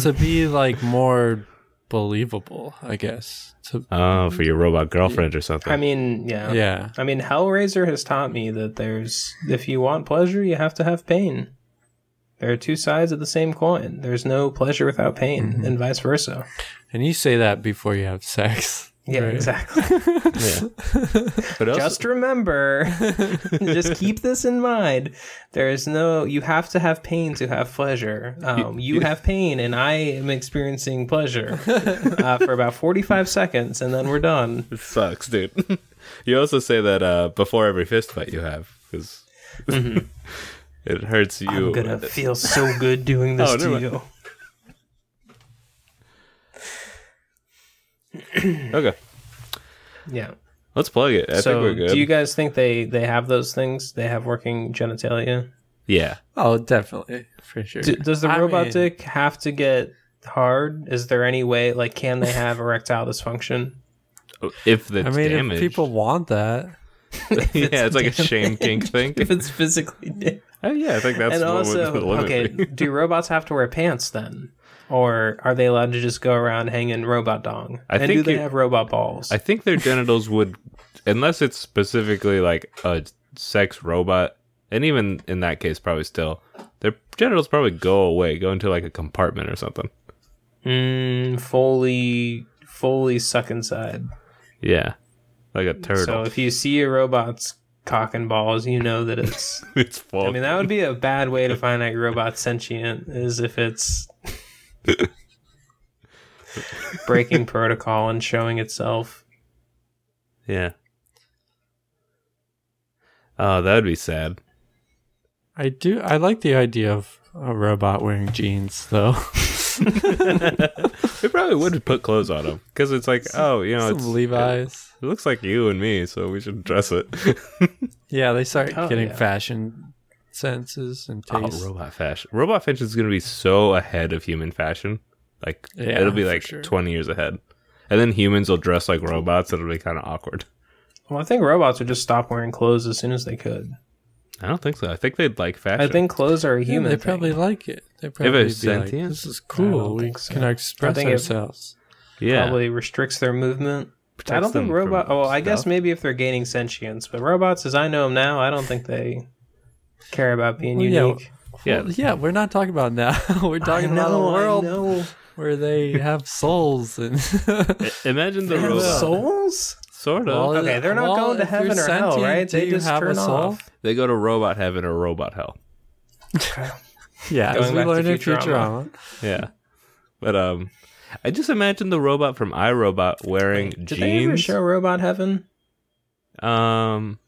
to be like more believable, I guess. To Oh, for your robot girlfriend or something. I mean, yeah. yeah, I mean, Hellraiser has taught me that there's if you want pleasure, you have to have pain. There are two sides of the same coin. There's no pleasure without pain, Mm-hmm. and vice versa. and you say that before you have sex. Yeah, right? exactly. Yeah. but also, Just remember, [LAUGHS] [LAUGHS] just keep this in mind. There is no, you have to have pain to have pleasure. Um, you have pain, and I am experiencing [LAUGHS] pleasure uh, for about 45 seconds, and then we're done. it sucks, dude. [LAUGHS] you also say that uh, before every fist fight you have because [LAUGHS] it hurts you. Mm-hmm. I'm gonna feel so good [LAUGHS] doing this Oh, to never mind. you. Okay, Yeah. let's plug it. I so, think we're good. do you guys think they they have those things? They have working genitalia. yeah, Oh, definitely for sure. Do, does the I robot mean, dick have to get hard? Is there any way? Like, can they have [LAUGHS] erectile dysfunction? if it's I mean, damaged. if people want that, [LAUGHS] yeah, it's like a shame kink thing. [LAUGHS] If it's physically da- Oh, yeah, I think that's and what also would the limit okay, be. do robots have to wear pants then, or are they allowed to just go around hanging robot dong? I and do think they you- have robot balls? I think their genitals would, unless it's specifically like a sex robot and even in that case, probably still their genitals probably go away, go into like a compartment or something. Mm, fully, fully suck inside. Yeah, like a So turtle. if you see a robot's cock and balls, you know that it's. [LAUGHS] it's I full. mean, that would be a bad way to find out your robot's sentient, is if [LAUGHS] it's breaking protocol and showing itself. yeah. Oh, that would be sad. I do. I like the idea of a robot wearing jeans, [LAUGHS] though. They probably would put clothes on them because it's like, oh, you know, Some it's, Levi's. It looks like you and me, so we should dress it. [LAUGHS] Yeah, they start Oh, getting yeah. fashion senses and oh, tastes. robot fashion. Robot fashion is going to be so ahead of human fashion. Like Yeah, it'll be for like sure. 20 years ahead. And then humans will dress like robots. It'll be kind of awkward. [LAUGHS] Well, I think robots would just stop wearing clothes as soon as they could. I don't think so. I think they'd like fashion. I think clothes are a Yeah, human. they thing. probably like it. They probably it's be like, sentient? this is I cool. don't We think so. can I express think it- [LAUGHS] ourselves. yeah. probably restricts their movement. I Protects don't them think robot. from Oh, I guess stuff. maybe if they're gaining sentience, but robots, as I know them now, I don't think they care about being Well, yeah, unique. Yeah. [LAUGHS] Well, yeah, we're not talking about now. [LAUGHS] we're talking I about know, a I world know. where [LAUGHS] they have souls and [LAUGHS] I- Imagine the They have robot. souls. Sort of. Well, Okay, they're not well, going to if you're heaven or hell, sentient, right? do They you just have a turn soul? off. they go to robot heaven or robot hell. Yeah, Going as we back to learned in Futurama. Futurama. Yeah. But um I just imagine the robot from iRobot wearing Did jeans. they ever show robot heaven? Um,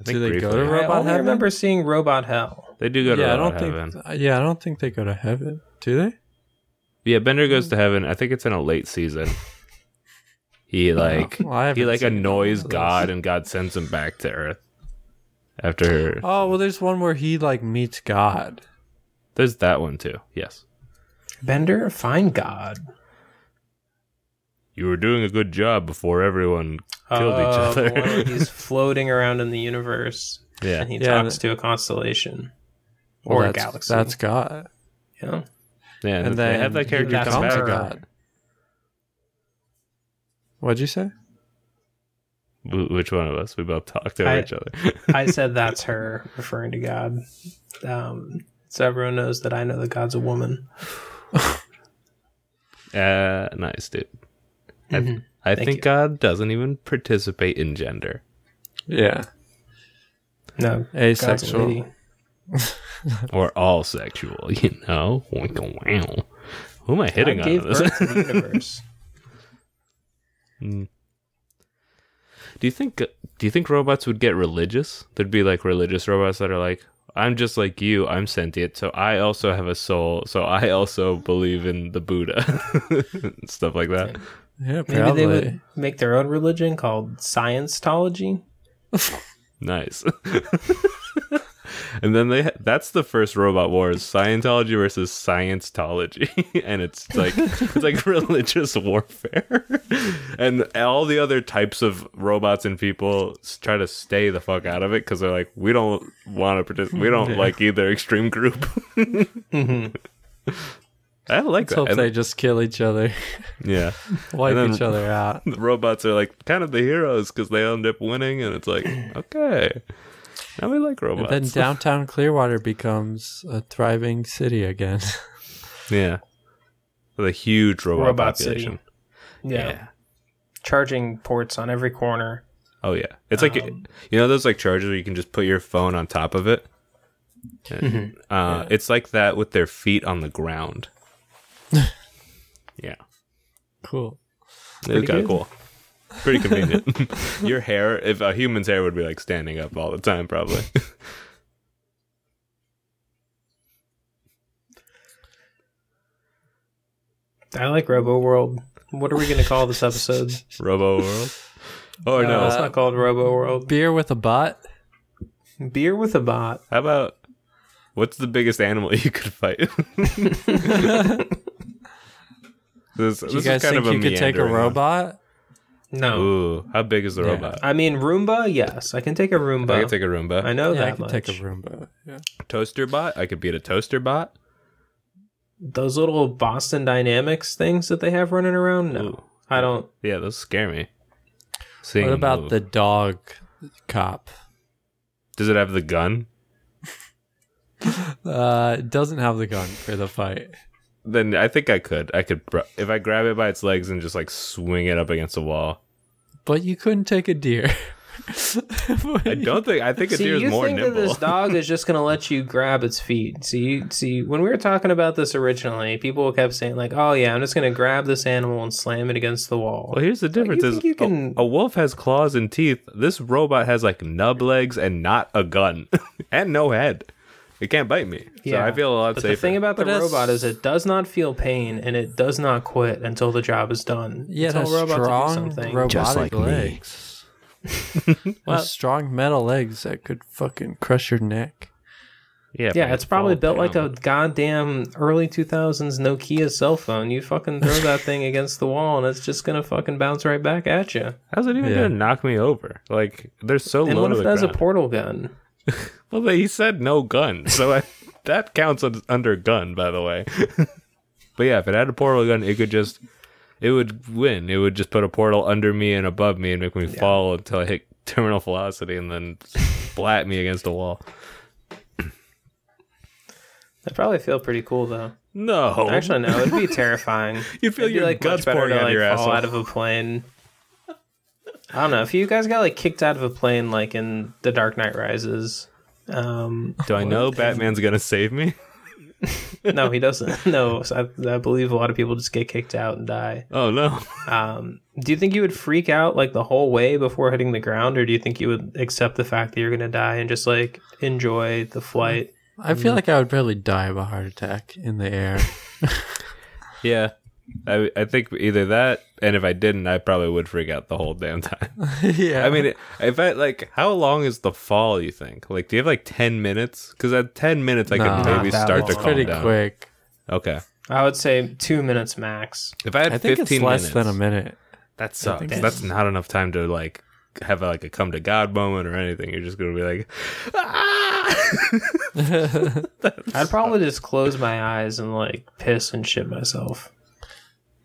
I think Do they go briefly. to ro- Robot I only heaven? remember seeing robot hell. They do go to yeah, I robot don't heaven. think. uh, Yeah, I don't think they go to heaven. Do they? yeah, Bender goes to heaven. I think it's in a late season. He like Well, I he haven't like seen annoys it. God, and God sends him back to Earth. After Oh well, there's one where he like meets God. there's that one too. Yes, Bender, find God. you were doing a good job before everyone killed each Oh, the one where other. he's floating around in the universe [LAUGHS] yeah, and he Yeah, talks to a constellation Well, or a that's, galaxy. That's God. yeah. yeah. And, And they then have that he character becomes come a back. god. What'd you say? Wh- Which one of us? We both talked over I- each other. [LAUGHS] I said that's her referring to God. Um, so everyone knows that I know that God's a woman. Uh, nice dude. Mhm. I, I Thank think you. God doesn't even participate in gender. Yeah, No, God's a asexual. lady. or all sexual, [LAUGHS] you know? Wink a wow. Who am I God hitting gave on this? birth to the universe. Mm. do you think do you think robots would get religious? There'd be like religious robots that are like, I'm just like you, I'm sentient, so I also have a soul, so I also believe in the Buddha. [LAUGHS] Stuff like that. Yeah, Maybe probably. they would make their own religion called Scientology. Nice. [LAUGHS] and then they ha- that's the first robot war is Scientology versus Scientology [LAUGHS] and it's like it's like [LAUGHS] religious warfare. and all the other types of robots and people s- try to stay the fuck out of it cuz they're like we don't want to participate. [LAUGHS] We don't like either extreme group. [LAUGHS] I like Mm-hmm. Let's hope that. And- they just kill each other, [LAUGHS] [LAUGHS] yeah. wipe then- each other [LAUGHS] out. The robots are like kind of the heroes cuz they end up winning and [CLEARS THROAT] it's like okay. Now we like And robots. then downtown Clearwater becomes a thriving city again. [LAUGHS] Yeah. With a huge robot, Robot city. population. Yeah. Charging ports on every corner. Oh yeah. It's like Um, you know those like chargers where you can just put your phone on top of it? Mm-hmm. Uh, It's like that with their feet on the [LAUGHS] ground. yeah. cool. It's kind good. of cool. Pretty convenient. [LAUGHS] your hair, if a human's hair would be like standing up all the time, probably. [LAUGHS] I like Robo World. What are we going to call this episode? Robo World. Or no. no, it's not called Robo World. Beer with a bot. Beer with a bot. How about what's the biggest animal [LAUGHS] you could fight? [LAUGHS] this Do you guys think you could take a meandering one. robot? No. Ooh, how big is the Yeah. robot? I mean, Roomba, yes. I can take a Roomba. I could take a Roomba. I know yeah, that I could much. take a Roomba. Yeah. toaster bot. I could beat a toaster bot. Those little Boston Dynamics things that they have running around? No. Ooh. I don't. Yeah, those scare me. Seeing What them about move. the dog cop? Does it have the gun? Uh, it doesn't have the gun for the fight. Then I think I could. I could br- if I grab it by its legs and just like swing it up against the wall. But you couldn't take a [LAUGHS] deer. I don't think. I think a See, deer you is more think that nimble. this dog [LAUGHS] is just gonna let you grab its feet. See, you, see, when we were talking about this originally, people kept saying like, "Oh yeah, I'm just gonna grab this animal and slam it against the wall." Well, here's the difference: is think you a- can- a, wolf has claws and teeth. This robot has like nub legs and not a gun, [LAUGHS] and no head. It can't bite me, so Yeah. I feel a lot But safer. the thing about the But that's- robot is it does not feel pain and it does not quit until the job is done. Yeah, until that's strong robotic Just like me. [LAUGHS] legs. Those strong metal legs that could fucking crush your neck. yeah, yeah, it's probably built like a a. goddamn early 2000s Nokia cell phone. You fucking [LAUGHS] throw that thing against the wall and it's just gonna fucking bounce right back at you. How's it even Yeah. gonna knock me over? Like they're so And low what to if the it has a ground. portal gun? well, they- he said no gun, so I, [LAUGHS] that counts as- under gun, by the way. [LAUGHS] but yeah, if it had a portal gun, it could just, it would win. It would just put a portal under me and above me and make me fall until I hit terminal velocity and then splat me against a wall. That'd probably feel pretty cool though. No, Actually, no, it'd [LAUGHS] be terrifying. You'd Oh. feel It'd be, your like, much guts better pouring to, out like, your fall asshole. out of a plane. I don't know. If you guys got like kicked out of a plane, like in The Dark Knight Rises, [LAUGHS] um, do I know Batman's gonna save me? [LAUGHS] no, he doesn't. [LAUGHS] No, so I, I believe a lot of people just get kicked out and die. Oh no, Um, do you think you would freak out like the whole way before hitting the ground, or do you think you would accept the fact that you're gonna die and just like enjoy Mm. the flight? I feel like I would probably die of a heart attack in the air. yeah. I, I think either that, and if I didn't, I probably would freak out the whole damn time. [LAUGHS] [LAUGHS] yeah. I mean, it- if I like, how long is the fall? You think? Like, do you have like ten minutes? Because at ten minutes, I No. could maybe Not that start to long. it's calm pretty down. quick. Okay, I would say two minutes max. if I had I think it's fifteen less minutes, than a minute. that sucks. think That's not enough time to like have like a come to God moment or anything. You're just gonna be like, ah! I'd probably just close my eyes and like piss and shit myself.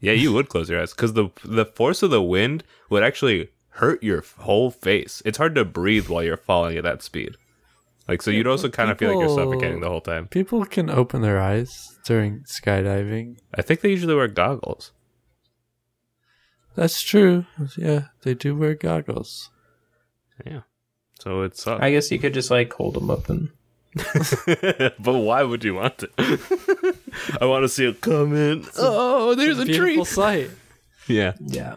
yeah, you would close your eyes because the the force of the wind would actually hurt your whole face. It's hard to breathe while you're falling at that speed. Like, so you'd also kind of feel like you're people- suffocating the whole time. People can open their eyes during skydiving. I think they usually wear goggles. That's true. Yeah, they do wear goggles. Yeah. So it sucks. I guess you could just like hold them open. [LAUGHS] but why would you want to? [LAUGHS] I want to see it come in. Oh, there's a tree. [LAUGHS] Beautiful [LAUGHS] sight. Yeah. Yeah.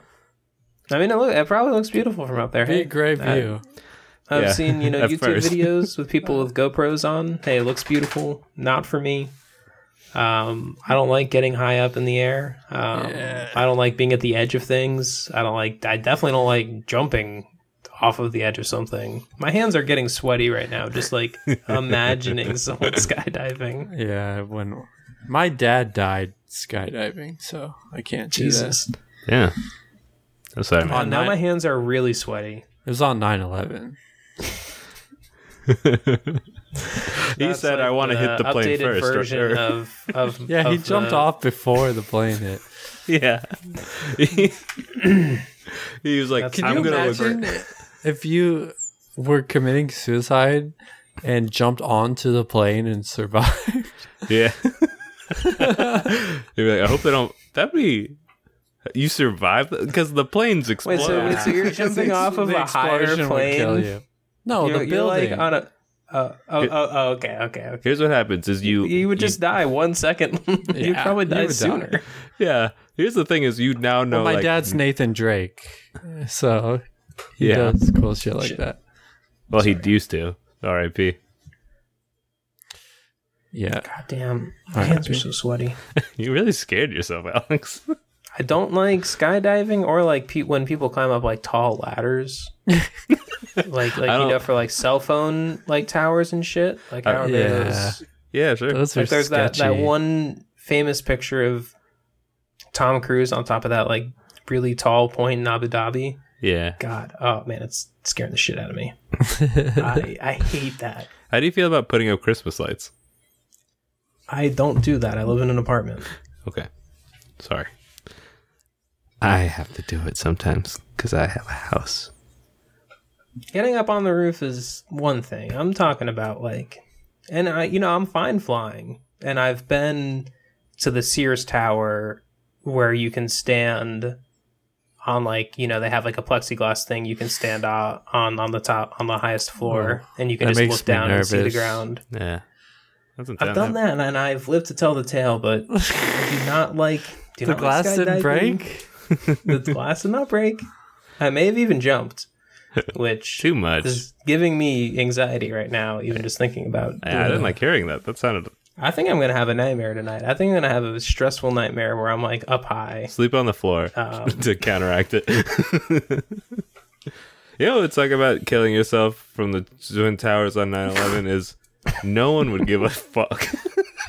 I mean, it, look, it probably looks beautiful from up there. Be hey? a great I- view. I've Yeah, seen you know [LAUGHS] at YouTube first. videos with [LAUGHS] people with GoPros on. Hey, it looks beautiful. Not for me. Um, I don't like getting high up in the air. Um, Yeah. I don't like being at the edge of things. I don't like. I definitely don't like jumping off of the edge of something. My hands are getting sweaty right now, just [LAUGHS] like imagining someone skydiving. yeah, when my dad died skydiving, so I can't Jesus. Jesus. do that. Yeah. That's what I meant. And now nine- my hands are really sweaty. It was on 9/11. He That's said, like "I want to hit the plane updated first. or- Version or- of, of [LAUGHS] Yeah, he of uh, jumped the- off before the plane hit. [LAUGHS] yeah. he [LAUGHS] he was like, That's- [LAUGHS] Can "I'm you gonna imagine? look." if you were committing suicide and jumped onto the plane and [LAUGHS] survived. For- yeah. He'd be like, "I hope they don't." That'd be. You survived because the planes explode. Wait, so, wait, [LAUGHS] so you're jumping off of the a higher explosion would kill plane? you. No, you're, Oh, the you're building. like on a. Uh, oh, oh, oh, okay, okay, okay. Here's what happens: is you You would just die one second. [LAUGHS] You'd Yeah, probably you die would die. sooner. yeah. Here's the thing: is you now know well, my like, dad's Nathan Drake, so he Yeah. does cool shit like that. Well, he used to. R.I.P. Yeah, God damn, my Alright. hands are so sweaty. You really scared yourself, Alex. [LAUGHS] I don't like skydiving or like pe- when people climb up like tall ladders. like like you don't- know for like cell phone like towers and shit. Like I don't know yeah. those. yeah, sure. those are Like there's that, that sketchy. one famous picture of Tom Cruise on top of that like really tall point in Abu Dhabi. yeah. God, oh man, it's scaring the shit out of [LAUGHS] me. I, I hate that. How do you feel about putting up Christmas lights? I don't do that. I live in an apartment. Okay. Sorry. I have to do it sometimes because I have a house. Getting up on the roof is one thing. I'm talking about like, and I, you know, I'm fine flying, and I've been to the Sears Tower where you can stand on like you know they have like a plexiglass thing you can stand o- on on the top on the highest floor and you can Oh, that just makes look me down and see the nervous. ground. Yeah. That's I've done that and- and I've lived to tell the tale, [LAUGHS] but I do not like do the not like glass didn't skydiving. break. The [LAUGHS] glass did not break. I may have even jumped, [LAUGHS] which Too much. is giving me anxiety right now. Even just thinking about. Yeah, I didn't like hearing that. That sounded I think I'm gonna have a nightmare tonight. I think I'm gonna have a stressful nightmare where I'm like up high. sleep on the floor Um, [LAUGHS] to counteract it. you know, it's like about killing yourself from the Twin Towers on 9/11 is no one would give a fuck.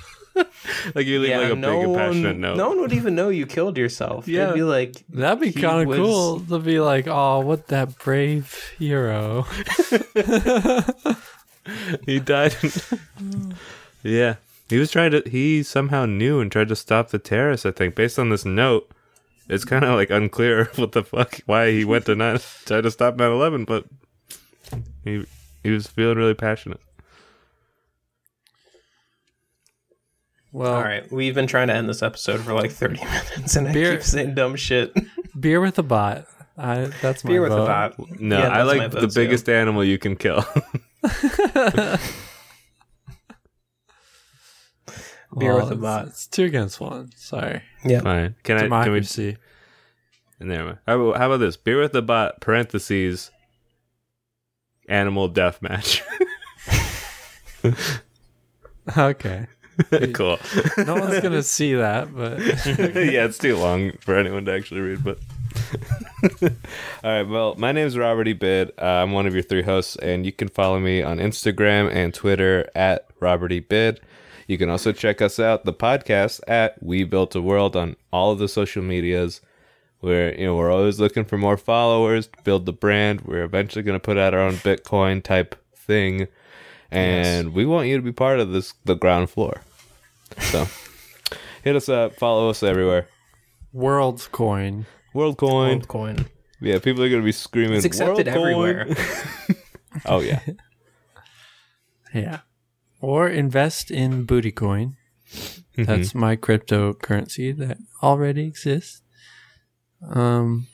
[LAUGHS] like you leave like a big and passionate one, note. no one would even know you killed [LAUGHS] yourself. Yeah. Yeah. They'd be like, That'd be He kind of was- cool to be like, oh, what that brave hero. he died. [LAUGHS] yeah. He was trying to he somehow knew and tried to stop the terrorists, I think. Based on this note, it's kind of like unclear [LAUGHS] what the fuck why he went to not try to stop 9/11, but he he was feeling really passionate. Well, "All right, we've been trying to end this episode for like 30 [LAUGHS] minutes, and I Beer- keep saying dumb shit." beer with a bot. I, that's my Beer with a vote. bot. No, Yeah, I that's my like vote, the too. biggest animal you can kill. [LAUGHS] Beer with a it's- bot. It's two against one. Sorry. Yeah. Fine. Can I can we Democracy. [LAUGHS] Never mind. How about, how about this? Beer with the bot parentheses animal [LAUGHS] death match. Okay. [LAUGHS] cool. No [LAUGHS] one's going to see that, but [LAUGHS] yeah, it's too long for anyone to actually read, but. All right, well, my name's Robert E. Bid. Uh, I'm one of your three hosts, and you can follow me on Instagram and Twitter at Robert E. Bid. You can also check us out, the podcast, at We Built a World on all of the social medias. We're, you know, we're always looking for more followers to build the brand. We're eventually going to put out our own Bitcoin type thing, and we want you to be part of this, the ground floor. So hit us up, follow us everywhere. world's coin. WorldCoin. Coin. Yeah, people are gonna be screaming. It's accepted "WorldCoin!" everywhere. Oh yeah, Yeah. Or invest in booty coin. Mm-hmm. That's my cryptocurrency that already exists. Um,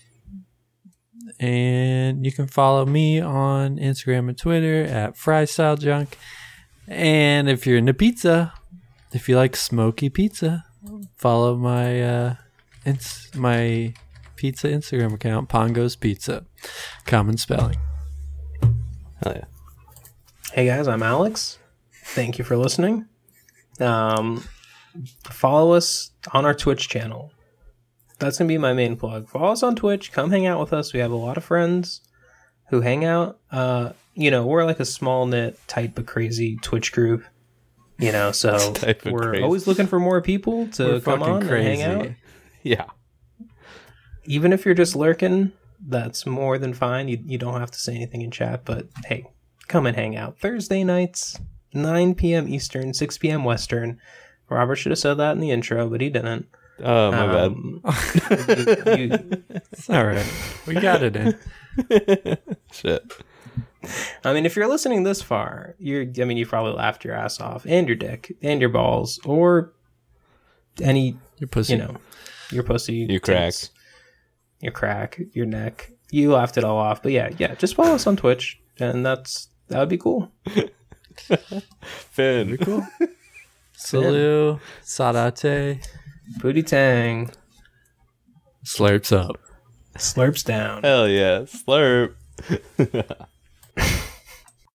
and you can follow me on Instagram and Twitter at FryStyleJunk. And if you're into pizza, if you like smoky pizza, follow my uh, ins- my pizza Instagram account, Pongo's Pizza. [LAUGHS] Common spelling. oh yeah. Hey guys, I'm Alex. Thank you for listening. Um, follow us on our Twitch channel. That's gonna be my main plug. Follow us on Twitch. Come hang out with us. We have a lot of friends who hang out. Uh, you know, we're like a small knit, type of crazy Twitch group. You know, so Type of we're crazy. always looking for more people to We're come fucking on and hang crazy. out. Yeah. Even if you're just lurking, that's more than fine. You you don't have to say anything in chat, but hey, come and hang out Thursday nights, 9 p.m. Eastern, 6 p.m. Western. Robert should have said that in the intro, but he didn't. Oh my bad. Um, you- you- It's all right. We got it in. Shit. I mean, if you're listening this far, you're I mean, you probably laughed your ass off and your dick and your balls or any Your [LAUGHS] pussy. you know your pussy, You crack. tits, your crack, your neck. You laughed it all off, but yeah, yeah. Just follow us on Twitch, and that's that would be cool. Finn. Cool. Salut, Sadate, Booty Tang slurps up. slurps down. Hell yeah. Slurp.